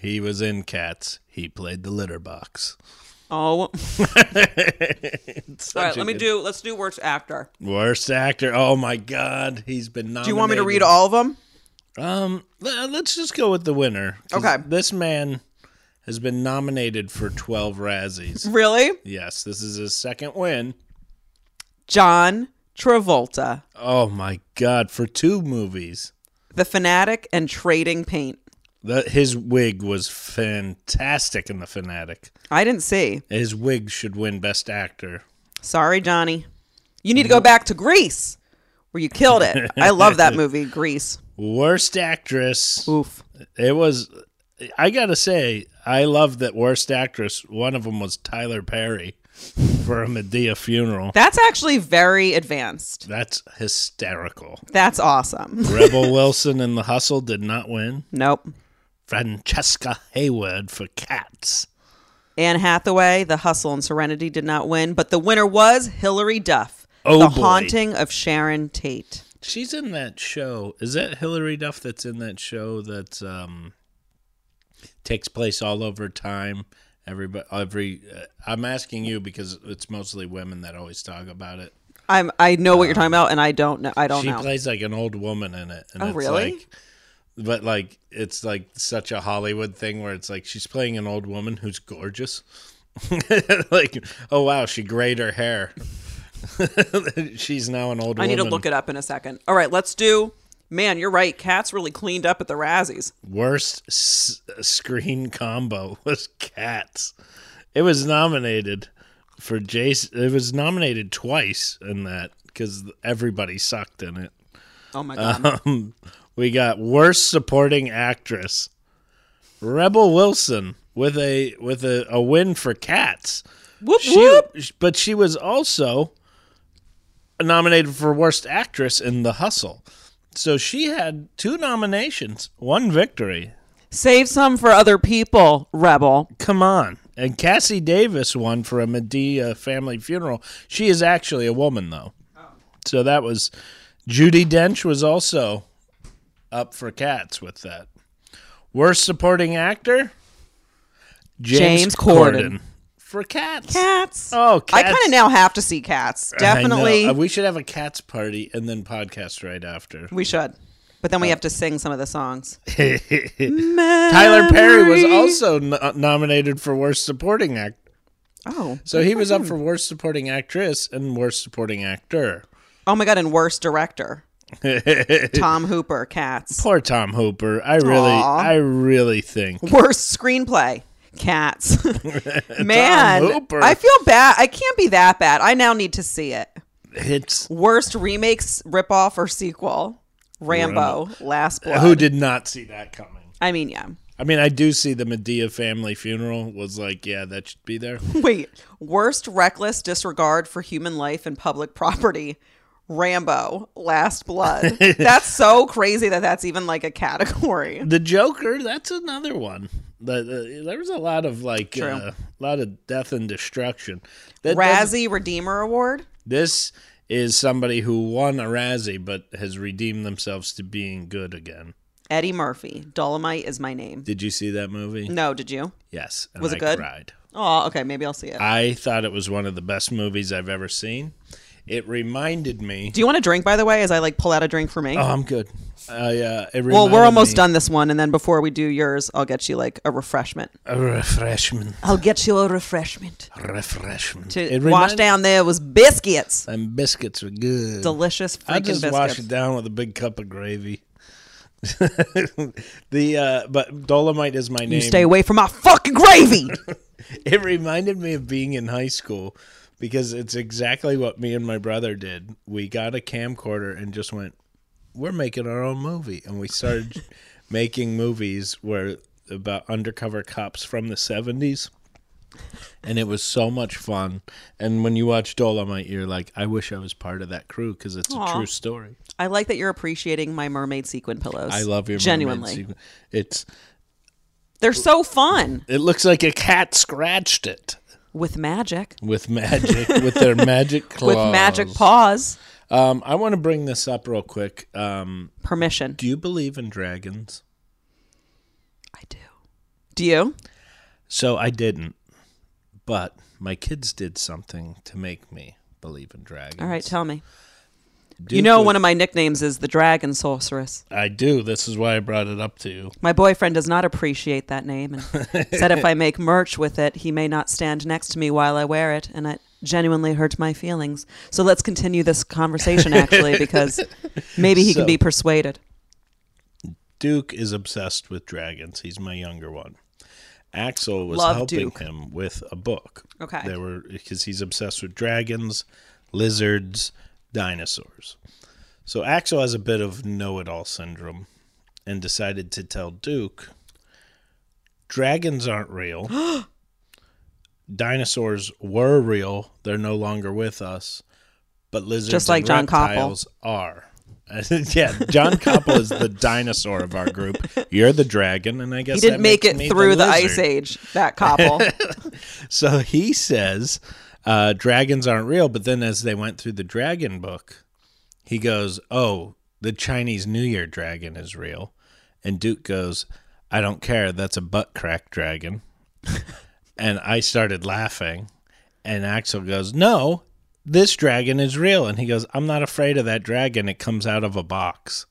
[SPEAKER 2] he was in Cats. He played the litter box. <laughs>
[SPEAKER 1] Oh, all
[SPEAKER 2] Such
[SPEAKER 1] right.
[SPEAKER 2] a
[SPEAKER 1] Let me
[SPEAKER 2] good-
[SPEAKER 1] do. Let's do worst actor.
[SPEAKER 2] worst actor. Oh my God, he's been nominated.
[SPEAKER 1] Do you want me to read all of them?
[SPEAKER 2] Um, le- let's just go with the winner. 'cause
[SPEAKER 1] Okay.
[SPEAKER 2] this man has been nominated for twelve Razzies.
[SPEAKER 1] Really?
[SPEAKER 2] yes, this is his second win.
[SPEAKER 1] John Travolta,
[SPEAKER 2] Oh my God, for two movies.
[SPEAKER 1] The Fanatic, and Trading Paint.
[SPEAKER 2] The, his wig was fantastic in The Fanatic.
[SPEAKER 1] I didn't see.
[SPEAKER 2] His wig should win Best Actor.
[SPEAKER 1] Sorry, Johnny. You need to go back to Greece, where you killed it. I love <laughs> that movie, Greece.
[SPEAKER 2] Worst actress.
[SPEAKER 1] Oof.
[SPEAKER 2] It was. I gotta say, I love that worst actress. One of them was Tyler Perry for a Medea funeral.
[SPEAKER 1] That's actually very advanced.
[SPEAKER 2] That's hysterical.
[SPEAKER 1] That's awesome.
[SPEAKER 2] Rebel Wilson in The Hustle did not win.
[SPEAKER 1] Nope.
[SPEAKER 2] Francesca Hayward for Cats.
[SPEAKER 1] Anne Hathaway, The Hustle and Serenity did not win, but the winner was Hilary Duff,
[SPEAKER 2] Oh,
[SPEAKER 1] The
[SPEAKER 2] boy.
[SPEAKER 1] Haunting of Sharon Tate.
[SPEAKER 2] She's in that show. Is that Hilary Duff that's in that show that um, takes place all over time? Everybody, every. Uh, I'm asking you because it's mostly women that always talk about it.
[SPEAKER 1] I'm I know what you're talking about, and I don't know. I don't
[SPEAKER 2] she
[SPEAKER 1] know.
[SPEAKER 2] plays like an old woman in it. And
[SPEAKER 1] Oh,
[SPEAKER 2] it's
[SPEAKER 1] really?
[SPEAKER 2] Like, but like it's like such a Hollywood thing where it's like she's playing an old woman who's gorgeous. <laughs> like, oh wow, she grayed her hair. <laughs> she's now an old
[SPEAKER 1] I
[SPEAKER 2] woman.
[SPEAKER 1] need to look it up in a second. All right, let's do. Man, you're right. Cats really cleaned up at the Razzies.
[SPEAKER 2] Worst s- screen combo <laughs> was Cats. It was nominated for Jason. It was nominated twice in that because everybody sucked in it.
[SPEAKER 1] Oh my god.
[SPEAKER 2] Um, we got worst supporting actress, Rebel Wilson with a with a, a win for Cats.
[SPEAKER 1] whoop
[SPEAKER 2] She,
[SPEAKER 1] whoop.
[SPEAKER 2] but she was also nominated for worst actress in The Hustle. So she had two nominations, one victory.
[SPEAKER 1] Save some for other people, Rebel.
[SPEAKER 2] Come on. And Cassie Davis won for a Medea family funeral. She is actually a woman, though. So that was Judy Dench was also up for cats with that. Worst supporting actor?
[SPEAKER 1] James Corden.
[SPEAKER 2] for cats.
[SPEAKER 1] Cats.
[SPEAKER 2] Oh,
[SPEAKER 1] I
[SPEAKER 2] cats.
[SPEAKER 1] kind of now have to see cats.
[SPEAKER 2] I know.
[SPEAKER 1] Definitely,
[SPEAKER 2] Uh, We should have a cats party and then podcast right after.
[SPEAKER 1] we should. But
[SPEAKER 2] Uh,
[SPEAKER 1] then we have to sing some of the
[SPEAKER 2] <laughs>
[SPEAKER 1] songs.
[SPEAKER 2] Tyler Perry was
[SPEAKER 1] Memory.
[SPEAKER 2] also no- nominated for worst supporting actor.
[SPEAKER 1] Oh,
[SPEAKER 2] So he was up for worst supporting actress and worst supporting actor.
[SPEAKER 1] oh my god! And worst
[SPEAKER 2] <laughs>
[SPEAKER 1] director, Tom Hooper, Cats.
[SPEAKER 2] Poor Tom Hooper. I really,
[SPEAKER 1] Aw.
[SPEAKER 2] I really think
[SPEAKER 1] Worst screenplay, Cats. <laughs> Man,
[SPEAKER 2] Tom Hooper.
[SPEAKER 1] I feel bad. I can't be that bad. I now need to see it.
[SPEAKER 2] it's
[SPEAKER 1] Worst remakes, ripoff, or sequel, Rambo: Last Blood.
[SPEAKER 2] Uh, who did not see that coming.
[SPEAKER 1] I mean, yeah. <laughs>
[SPEAKER 2] I mean, I do see the Medea family funeral was like, yeah, that should be there.
[SPEAKER 1] Wait, worst reckless disregard for human life and public <laughs> property. Rambo, Last
[SPEAKER 2] <laughs>
[SPEAKER 1] Blood. that's so crazy that that's even like a category.
[SPEAKER 2] The Joker, that's another one. The, the- there was a lot of like,
[SPEAKER 1] True.
[SPEAKER 2] uh, a lot of death and destruction. That doesn't-
[SPEAKER 1] Razzie Redeemer Award.
[SPEAKER 2] this is somebody who won a Razzie but has redeemed themselves to being good again.
[SPEAKER 1] Eddie Murphy. Dolomite is my name.
[SPEAKER 2] Did you see that movie?
[SPEAKER 1] No, did you?
[SPEAKER 2] Yes. and
[SPEAKER 1] Mm. Was it
[SPEAKER 2] I
[SPEAKER 1] good?
[SPEAKER 2] Cried.
[SPEAKER 1] Oh, okay. Maybe I'll see it.
[SPEAKER 2] I thought it was one of the best movies I've ever seen. It reminded me.
[SPEAKER 1] Do you want a drink, by the way, as I like pull out a drink for me?
[SPEAKER 2] Oh, I'm good. I, uh, it
[SPEAKER 1] well,
[SPEAKER 2] reminded
[SPEAKER 1] we're almost
[SPEAKER 2] me-
[SPEAKER 1] done this one. And then before we do yours, I'll get you like a refreshment.
[SPEAKER 2] A refreshment.
[SPEAKER 1] I'll get you a refreshment.
[SPEAKER 2] Refreshment.
[SPEAKER 1] To
[SPEAKER 2] it
[SPEAKER 1] wash
[SPEAKER 2] reminded-
[SPEAKER 1] down there was biscuits.
[SPEAKER 2] And biscuits were good.
[SPEAKER 1] Delicious freaking
[SPEAKER 2] I just
[SPEAKER 1] biscuits.
[SPEAKER 2] wash it down with a big cup of gravy. <laughs> the uh, but Dolomite is my name. <laughs>
[SPEAKER 1] You stay away from my fucking gravy.
[SPEAKER 2] It reminded me of being in high school because it's exactly what me and my brother did. We got a camcorder and just went, "We're making our own movie," and
[SPEAKER 1] <laughs>
[SPEAKER 2] we started making movies where about undercover cops from the seventies. And it was so much fun. And when you watch Dolomite, you're like, I wish I was part of that crew because it's
[SPEAKER 1] Aw.
[SPEAKER 2] a true story.
[SPEAKER 1] I like that you're appreciating my mermaid sequin pillows.
[SPEAKER 2] I love your mermaid
[SPEAKER 1] genuinely.
[SPEAKER 2] sequ- It's
[SPEAKER 1] They're so fun
[SPEAKER 2] it looks like a cat scratched it
[SPEAKER 1] with magic,
[SPEAKER 2] with magic
[SPEAKER 1] <laughs>
[SPEAKER 2] with their magic claws.
[SPEAKER 1] with magic paws.
[SPEAKER 2] Um, I want to bring this up real quick. Um,
[SPEAKER 1] Permission.
[SPEAKER 2] do you believe in dragons?
[SPEAKER 1] I do. Do you?
[SPEAKER 2] So I didn't, but my kids did something to make me believe in dragons.
[SPEAKER 1] All right, tell me.
[SPEAKER 2] Duke
[SPEAKER 1] you know,
[SPEAKER 2] was-
[SPEAKER 1] one of my nicknames is the Dragon Sorceress.
[SPEAKER 2] I do. This is why I brought it up to you.
[SPEAKER 1] My boyfriend does not appreciate that
[SPEAKER 2] <laughs>
[SPEAKER 1] name and said if I make merch with it, he may not stand next to me while I wear it, and it genuinely hurts my feelings. So let's continue this conversation,
[SPEAKER 2] <laughs>
[SPEAKER 1] actually, because maybe he
[SPEAKER 2] So-
[SPEAKER 1] can be persuaded.
[SPEAKER 2] Duke is obsessed with dragons. He's my younger one. Axel was
[SPEAKER 1] Love
[SPEAKER 2] helping
[SPEAKER 1] Duke.
[SPEAKER 2] him with a book.
[SPEAKER 1] Okay.
[SPEAKER 2] There were because he's obsessed with dragons, lizards, dinosaurs. So Axel has a bit of know-it-all syndrome and decided to tell Duke dragons aren't real.
[SPEAKER 1] <gasps>
[SPEAKER 2] Dinosaurs were real. They're no longer with us. But lizards
[SPEAKER 1] Just like
[SPEAKER 2] and
[SPEAKER 1] John Koppel.
[SPEAKER 2] reptiles are. <laughs> yeah, John Koppel is the dinosaur of our group. You're the dragon, and I guess
[SPEAKER 1] He didn't
[SPEAKER 2] that
[SPEAKER 1] make
[SPEAKER 2] makes
[SPEAKER 1] it
[SPEAKER 2] me
[SPEAKER 1] through the, ice
[SPEAKER 2] lizard.
[SPEAKER 1] age,
[SPEAKER 2] <laughs>
[SPEAKER 1] that couple.
[SPEAKER 2] So he says uh, dragons aren't real, but then as they went through the dragon book, he goes, Oh, the Chinese New Year dragon is real. And Duke goes, I don't care. That's a butt crack dragon. <laughs> and I started laughing. And Axel goes, No, this dragon is real. And he goes, I'm not afraid of that dragon. It comes out of a box.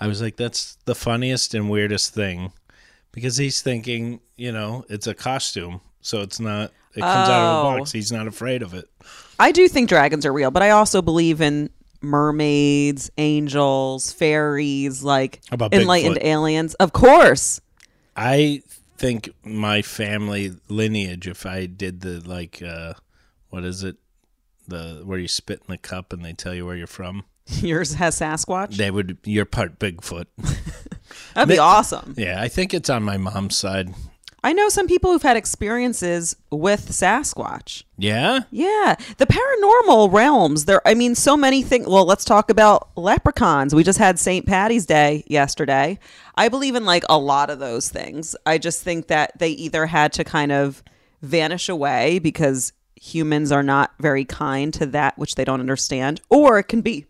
[SPEAKER 2] I was like, That's the funniest and weirdest thing because he's thinking, you know, it's a costume. So it's not, it comes out of
[SPEAKER 1] Oh.
[SPEAKER 2] a box. He's not afraid of it.
[SPEAKER 1] I do think dragons are real, but I also believe in mermaids, angels, fairies, like
[SPEAKER 2] How about
[SPEAKER 1] enlightened
[SPEAKER 2] Bigfoot?
[SPEAKER 1] aliens. Of course. <laughs>
[SPEAKER 2] I think my family lineage, if I did the like, uh, what is it, the where you spit in the cup and they tell you where you're from,
[SPEAKER 1] Yours has Sasquatch.
[SPEAKER 2] they would you're part Bigfoot. <laughs>
[SPEAKER 1] That'd be awesome.
[SPEAKER 2] yeah, I think it's on my mom's side.
[SPEAKER 1] I know some people who've had experiences with Sasquatch.
[SPEAKER 2] Yeah,
[SPEAKER 1] Yeah, the paranormal realms. There, I mean, so many things. Well, let's talk about leprechauns. We just had St. Patty's Day yesterday. I believe in like a lot of those things. I just think that they either had to kind of vanish away because humans are not very kind to that which they don't understand, or it can be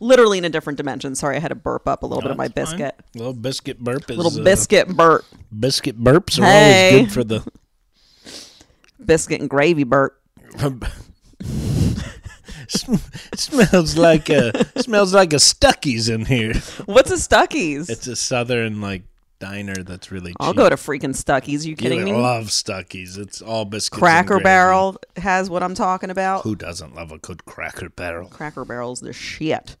[SPEAKER 1] literally in a different dimension. Sorry, I had to burp up a little bit of my
[SPEAKER 2] That's fine.
[SPEAKER 1] biscuit.
[SPEAKER 2] Little biscuit burp is
[SPEAKER 1] Little
[SPEAKER 2] uh,
[SPEAKER 1] biscuit burp,
[SPEAKER 2] biscuit burps are
[SPEAKER 1] Hey.
[SPEAKER 2] always good for the <laughs>
[SPEAKER 1] biscuit and gravy burp.
[SPEAKER 2] Sm- smells like a smells like a Stuckies in here.
[SPEAKER 1] What's a Stuckies?
[SPEAKER 2] It's a southern like diner that's really cheap.
[SPEAKER 1] I'll go to freaking Stuckies. You
[SPEAKER 2] You
[SPEAKER 1] kidding me?
[SPEAKER 2] love Stuckies. It's all biscuits. and
[SPEAKER 1] Cracker
[SPEAKER 2] gravy.
[SPEAKER 1] Barrel has what I'm talking about.
[SPEAKER 2] Who doesn't love a good Cracker Barrel?
[SPEAKER 1] Cracker Barrel's the shit.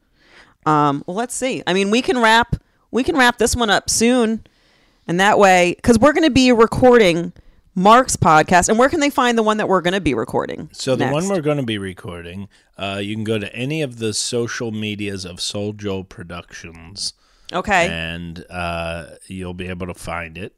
[SPEAKER 1] Um, well, let's see. I mean, we can wrap we can wrap this one up soon, and that way, because we're going to be recording Mark's podcast, and where can they find the one that we're going to be recording?
[SPEAKER 2] So the one
[SPEAKER 1] next?
[SPEAKER 2] we're going to be recording, uh, you can go to any of the social medias of Soul Joe Productions,
[SPEAKER 1] okay,
[SPEAKER 2] and uh, you'll be able to find it.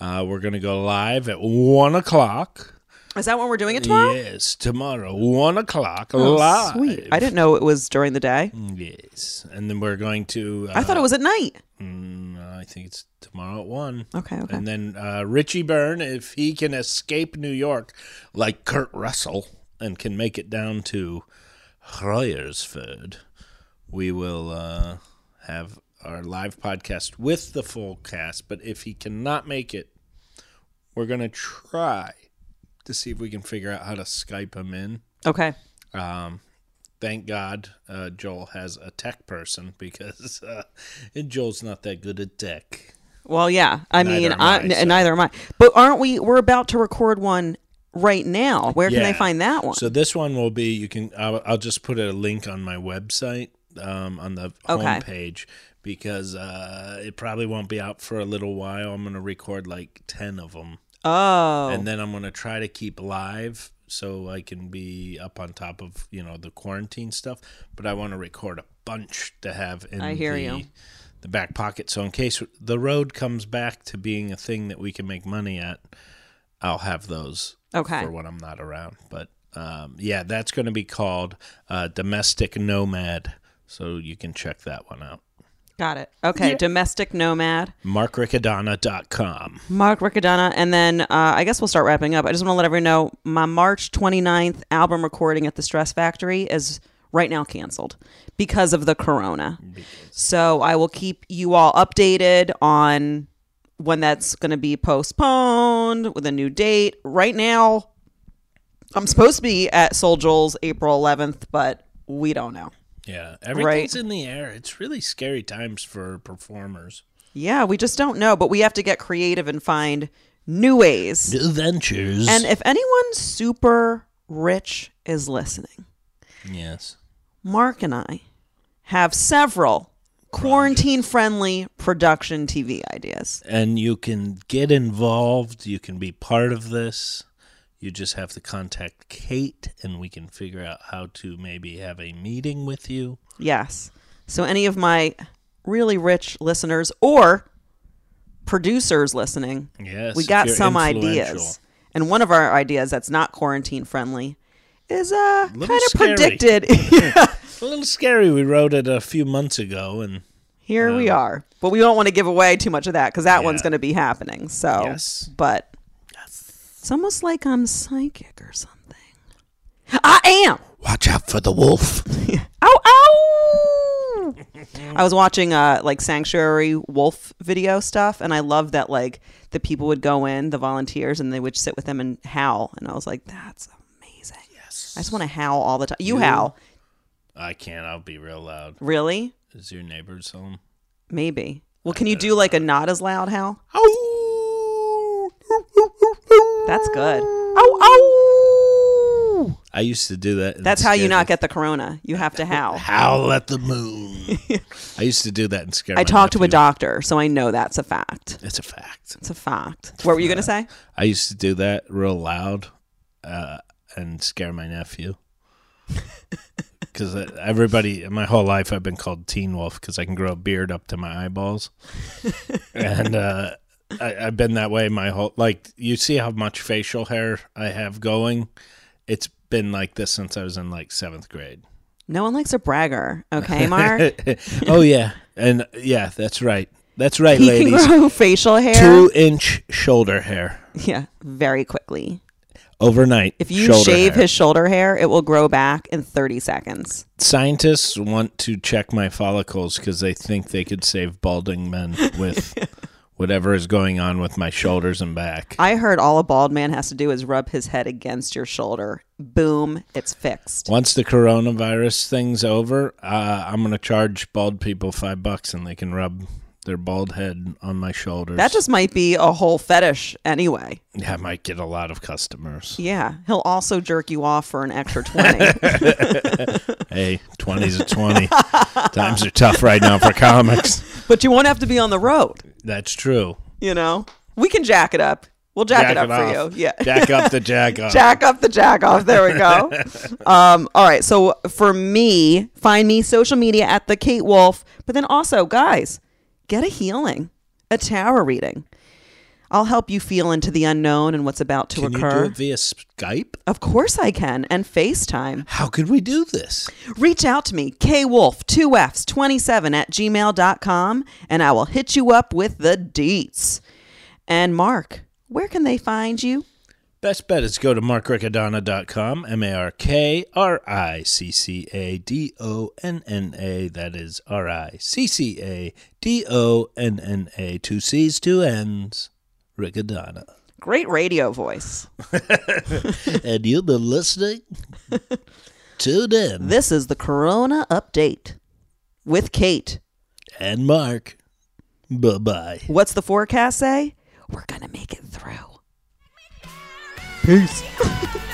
[SPEAKER 2] Uh, we're going to go live at one o'clock.
[SPEAKER 1] is that when we're doing it tomorrow?
[SPEAKER 2] Yes, tomorrow, one o'clock
[SPEAKER 1] Oh,
[SPEAKER 2] live.
[SPEAKER 1] Sweet. I didn't know it was during the day.
[SPEAKER 2] Yes, and then we're going to. Uh,
[SPEAKER 1] I thought it was at night.
[SPEAKER 2] mm, I think it's tomorrow at one.
[SPEAKER 1] Okay, okay.
[SPEAKER 2] And then uh, Richie Byrne, if he can escape New York like Kurt Russell and can make it down to Hoyersford, we will uh, have our live podcast with the full cast. But if he cannot make it, we're going to try to see if we can figure out how to Skype him in.
[SPEAKER 1] Okay.
[SPEAKER 2] Um, thank God uh, Joel has a tech person because uh, <laughs> Joel's not that good at tech.
[SPEAKER 1] Well, yeah. I
[SPEAKER 2] Neither
[SPEAKER 1] mean,
[SPEAKER 2] am
[SPEAKER 1] I,
[SPEAKER 2] I,
[SPEAKER 1] n-
[SPEAKER 2] so-
[SPEAKER 1] neither am I. But aren't we? We're about to record one right now. Where can they
[SPEAKER 2] Yeah.
[SPEAKER 1] find that one?
[SPEAKER 2] So this one will be you can I'll, I'll just put a link on my website um, on the
[SPEAKER 1] Okay.
[SPEAKER 2] homepage because uh, it probably won't be out for a little while. I'm going to record like ten of them,
[SPEAKER 1] oh,
[SPEAKER 2] and then I'm going to try to keep live so I can be up on top of you know the quarantine stuff. But I want to record a bunch to have in
[SPEAKER 1] I hear
[SPEAKER 2] the,
[SPEAKER 1] you.
[SPEAKER 2] the back pocket. So in case the road comes back to being a thing that we can make money at, I'll have those
[SPEAKER 1] Okay.
[SPEAKER 2] for when I'm not around. But um, yeah, that's going to be called uh, Domestic Nomad. So you can check that one out.
[SPEAKER 1] Got it. Okay. Domestic Nomad,
[SPEAKER 2] MarkRicadonna.com.
[SPEAKER 1] Mark Riccadonna. And then uh, I guess we'll start wrapping up. I just want to let everyone know my March 29th album recording at the Stress Factory is right now canceled because of the corona. So I will keep you all updated on when that's going to be postponed with a new date. Right now, I'm supposed to be at Soul Joel's April 11th, but we don't know.
[SPEAKER 2] Yeah, everything's in the air. It's really scary times for performers.
[SPEAKER 1] Yeah, we just don't know, but we have to get creative and find new ways.
[SPEAKER 2] New ventures.
[SPEAKER 1] And if anyone super rich is listening,
[SPEAKER 2] yes.
[SPEAKER 1] Mark and I have several quarantine friendly production TV ideas.
[SPEAKER 2] And you can get involved. You can be part of this. You just have to contact Kate and we can figure out how to maybe have a meeting with you.
[SPEAKER 1] Yes. So, any of my really rich listeners or producers listening,
[SPEAKER 2] Yes.
[SPEAKER 1] we
[SPEAKER 2] if
[SPEAKER 1] got
[SPEAKER 2] you're
[SPEAKER 1] some
[SPEAKER 2] influential.
[SPEAKER 1] ideas. And one of our ideas that's not quarantine friendly is uh, kind
[SPEAKER 2] Little
[SPEAKER 1] of
[SPEAKER 2] scary.
[SPEAKER 1] predicted.
[SPEAKER 2] <laughs>
[SPEAKER 1] <laughs> Yeah.
[SPEAKER 2] A little scary. We wrote it a few months ago and
[SPEAKER 1] here we are. But we don't want to give away too much of that because that one's
[SPEAKER 2] Yeah.
[SPEAKER 1] going to be happening. So,
[SPEAKER 2] Yes.
[SPEAKER 1] but it's almost like I'm psychic or something. I am.
[SPEAKER 2] watch out for the wolf.
[SPEAKER 1] Ow, ow. I was watching uh like sanctuary wolf video stuff, and I love that like the people would go in, the volunteers, and they would sit with them and howl, and I was like, that's amazing. Yes, I just want to howl all the time. You, howl,
[SPEAKER 2] I can't. I'll be real loud.
[SPEAKER 1] really?
[SPEAKER 2] Is your neighbor's home?
[SPEAKER 1] Maybe. Well, can you do like a not as loud howl? That's good. Ow, ow.
[SPEAKER 2] I used to do that. and
[SPEAKER 1] That's
[SPEAKER 2] it
[SPEAKER 1] how you
[SPEAKER 2] scared
[SPEAKER 1] not get the corona. You have to howl.
[SPEAKER 2] me. howl at
[SPEAKER 1] <laughs>
[SPEAKER 2] the moon. I used to do that in scare.
[SPEAKER 1] I
[SPEAKER 2] my
[SPEAKER 1] talked to a
[SPEAKER 2] nephew.
[SPEAKER 1] doctor, so I know that's a fact.
[SPEAKER 2] It's a fact.
[SPEAKER 1] It's a fact. What were you gonna say?
[SPEAKER 2] I used to do that real loud uh, and scare
[SPEAKER 1] <laughs>
[SPEAKER 2] my nephew. Because everybody, my whole life, I've been called Teen Wolf because I can grow a beard up to my eyeballs,
[SPEAKER 1] <laughs>
[SPEAKER 2] and uh, I, I've been that way my whole. Like you see how much facial hair I have going. It's been like this since I was in like seventh grade.
[SPEAKER 1] No one likes a bragger.
[SPEAKER 2] <laughs>
[SPEAKER 1] Okay, Mark.
[SPEAKER 2] oh yeah, and yeah, that's right. That's right,
[SPEAKER 1] he
[SPEAKER 2] ladies.
[SPEAKER 1] can grow <laughs> facial hair.
[SPEAKER 2] Two inch shoulder hair
[SPEAKER 1] Yeah, very quickly.
[SPEAKER 2] overnight.
[SPEAKER 1] If you
[SPEAKER 2] shoulder
[SPEAKER 1] shave
[SPEAKER 2] hair.
[SPEAKER 1] his shoulder hair, it will grow back in 30 seconds.
[SPEAKER 2] scientists want to check my follicles because they think they could save
[SPEAKER 1] <laughs>
[SPEAKER 2] balding men with whatever is going on with my shoulders and back.
[SPEAKER 1] I heard all a bald man has to do is rub his head against your shoulder. Boom, it's fixed.
[SPEAKER 2] Once the coronavirus thing's over, uh, I'm gonna charge bald people five bucks and they can rub their bald head on my shoulders.
[SPEAKER 1] That just might be a whole fetish anyway.
[SPEAKER 2] yeah, I might get a lot of customers.
[SPEAKER 1] Yeah, he'll also jerk you off for an extra
[SPEAKER 2] <laughs>
[SPEAKER 1] 20.
[SPEAKER 2] Hey, twenties
[SPEAKER 1] <laughs>
[SPEAKER 2] a twenty. Times are tough right now for comics.
[SPEAKER 1] but you won't have to be on the road,
[SPEAKER 2] That's true.
[SPEAKER 1] you know? We can jack it up. We'll jack, it up for
[SPEAKER 2] off.
[SPEAKER 1] you. Yeah. <laughs>
[SPEAKER 2] Jack up the jack off.
[SPEAKER 1] jack up the jack off. There we
[SPEAKER 2] <laughs>
[SPEAKER 1] go. um, all right. So for me, find me social media at the Kate Wolf. But then also, guys, get a healing, a tarot reading. I'll help you feel into the unknown and what's about to
[SPEAKER 2] can you
[SPEAKER 1] occur.
[SPEAKER 2] do it via Skype?
[SPEAKER 1] of course I can, and FaceTime.
[SPEAKER 2] How could we do this?
[SPEAKER 1] Reach out to me, kwolf, two Fs, 27 at gmail.com, and I will hit you up with the deets. And Mark, where can they find you?
[SPEAKER 2] Best bet is go to markricadonna.com, M A R K R I C C A D O N N A. That is R I C C A D O N N A. Two C's, two N's. Riccadonna.
[SPEAKER 1] Great radio voice.
[SPEAKER 2] and you've been listening? Tune in.
[SPEAKER 1] This is the Corona Update with Kate.
[SPEAKER 2] And Mark. Bye bye.
[SPEAKER 1] What's the forecast say? We're going to make it through. Peace.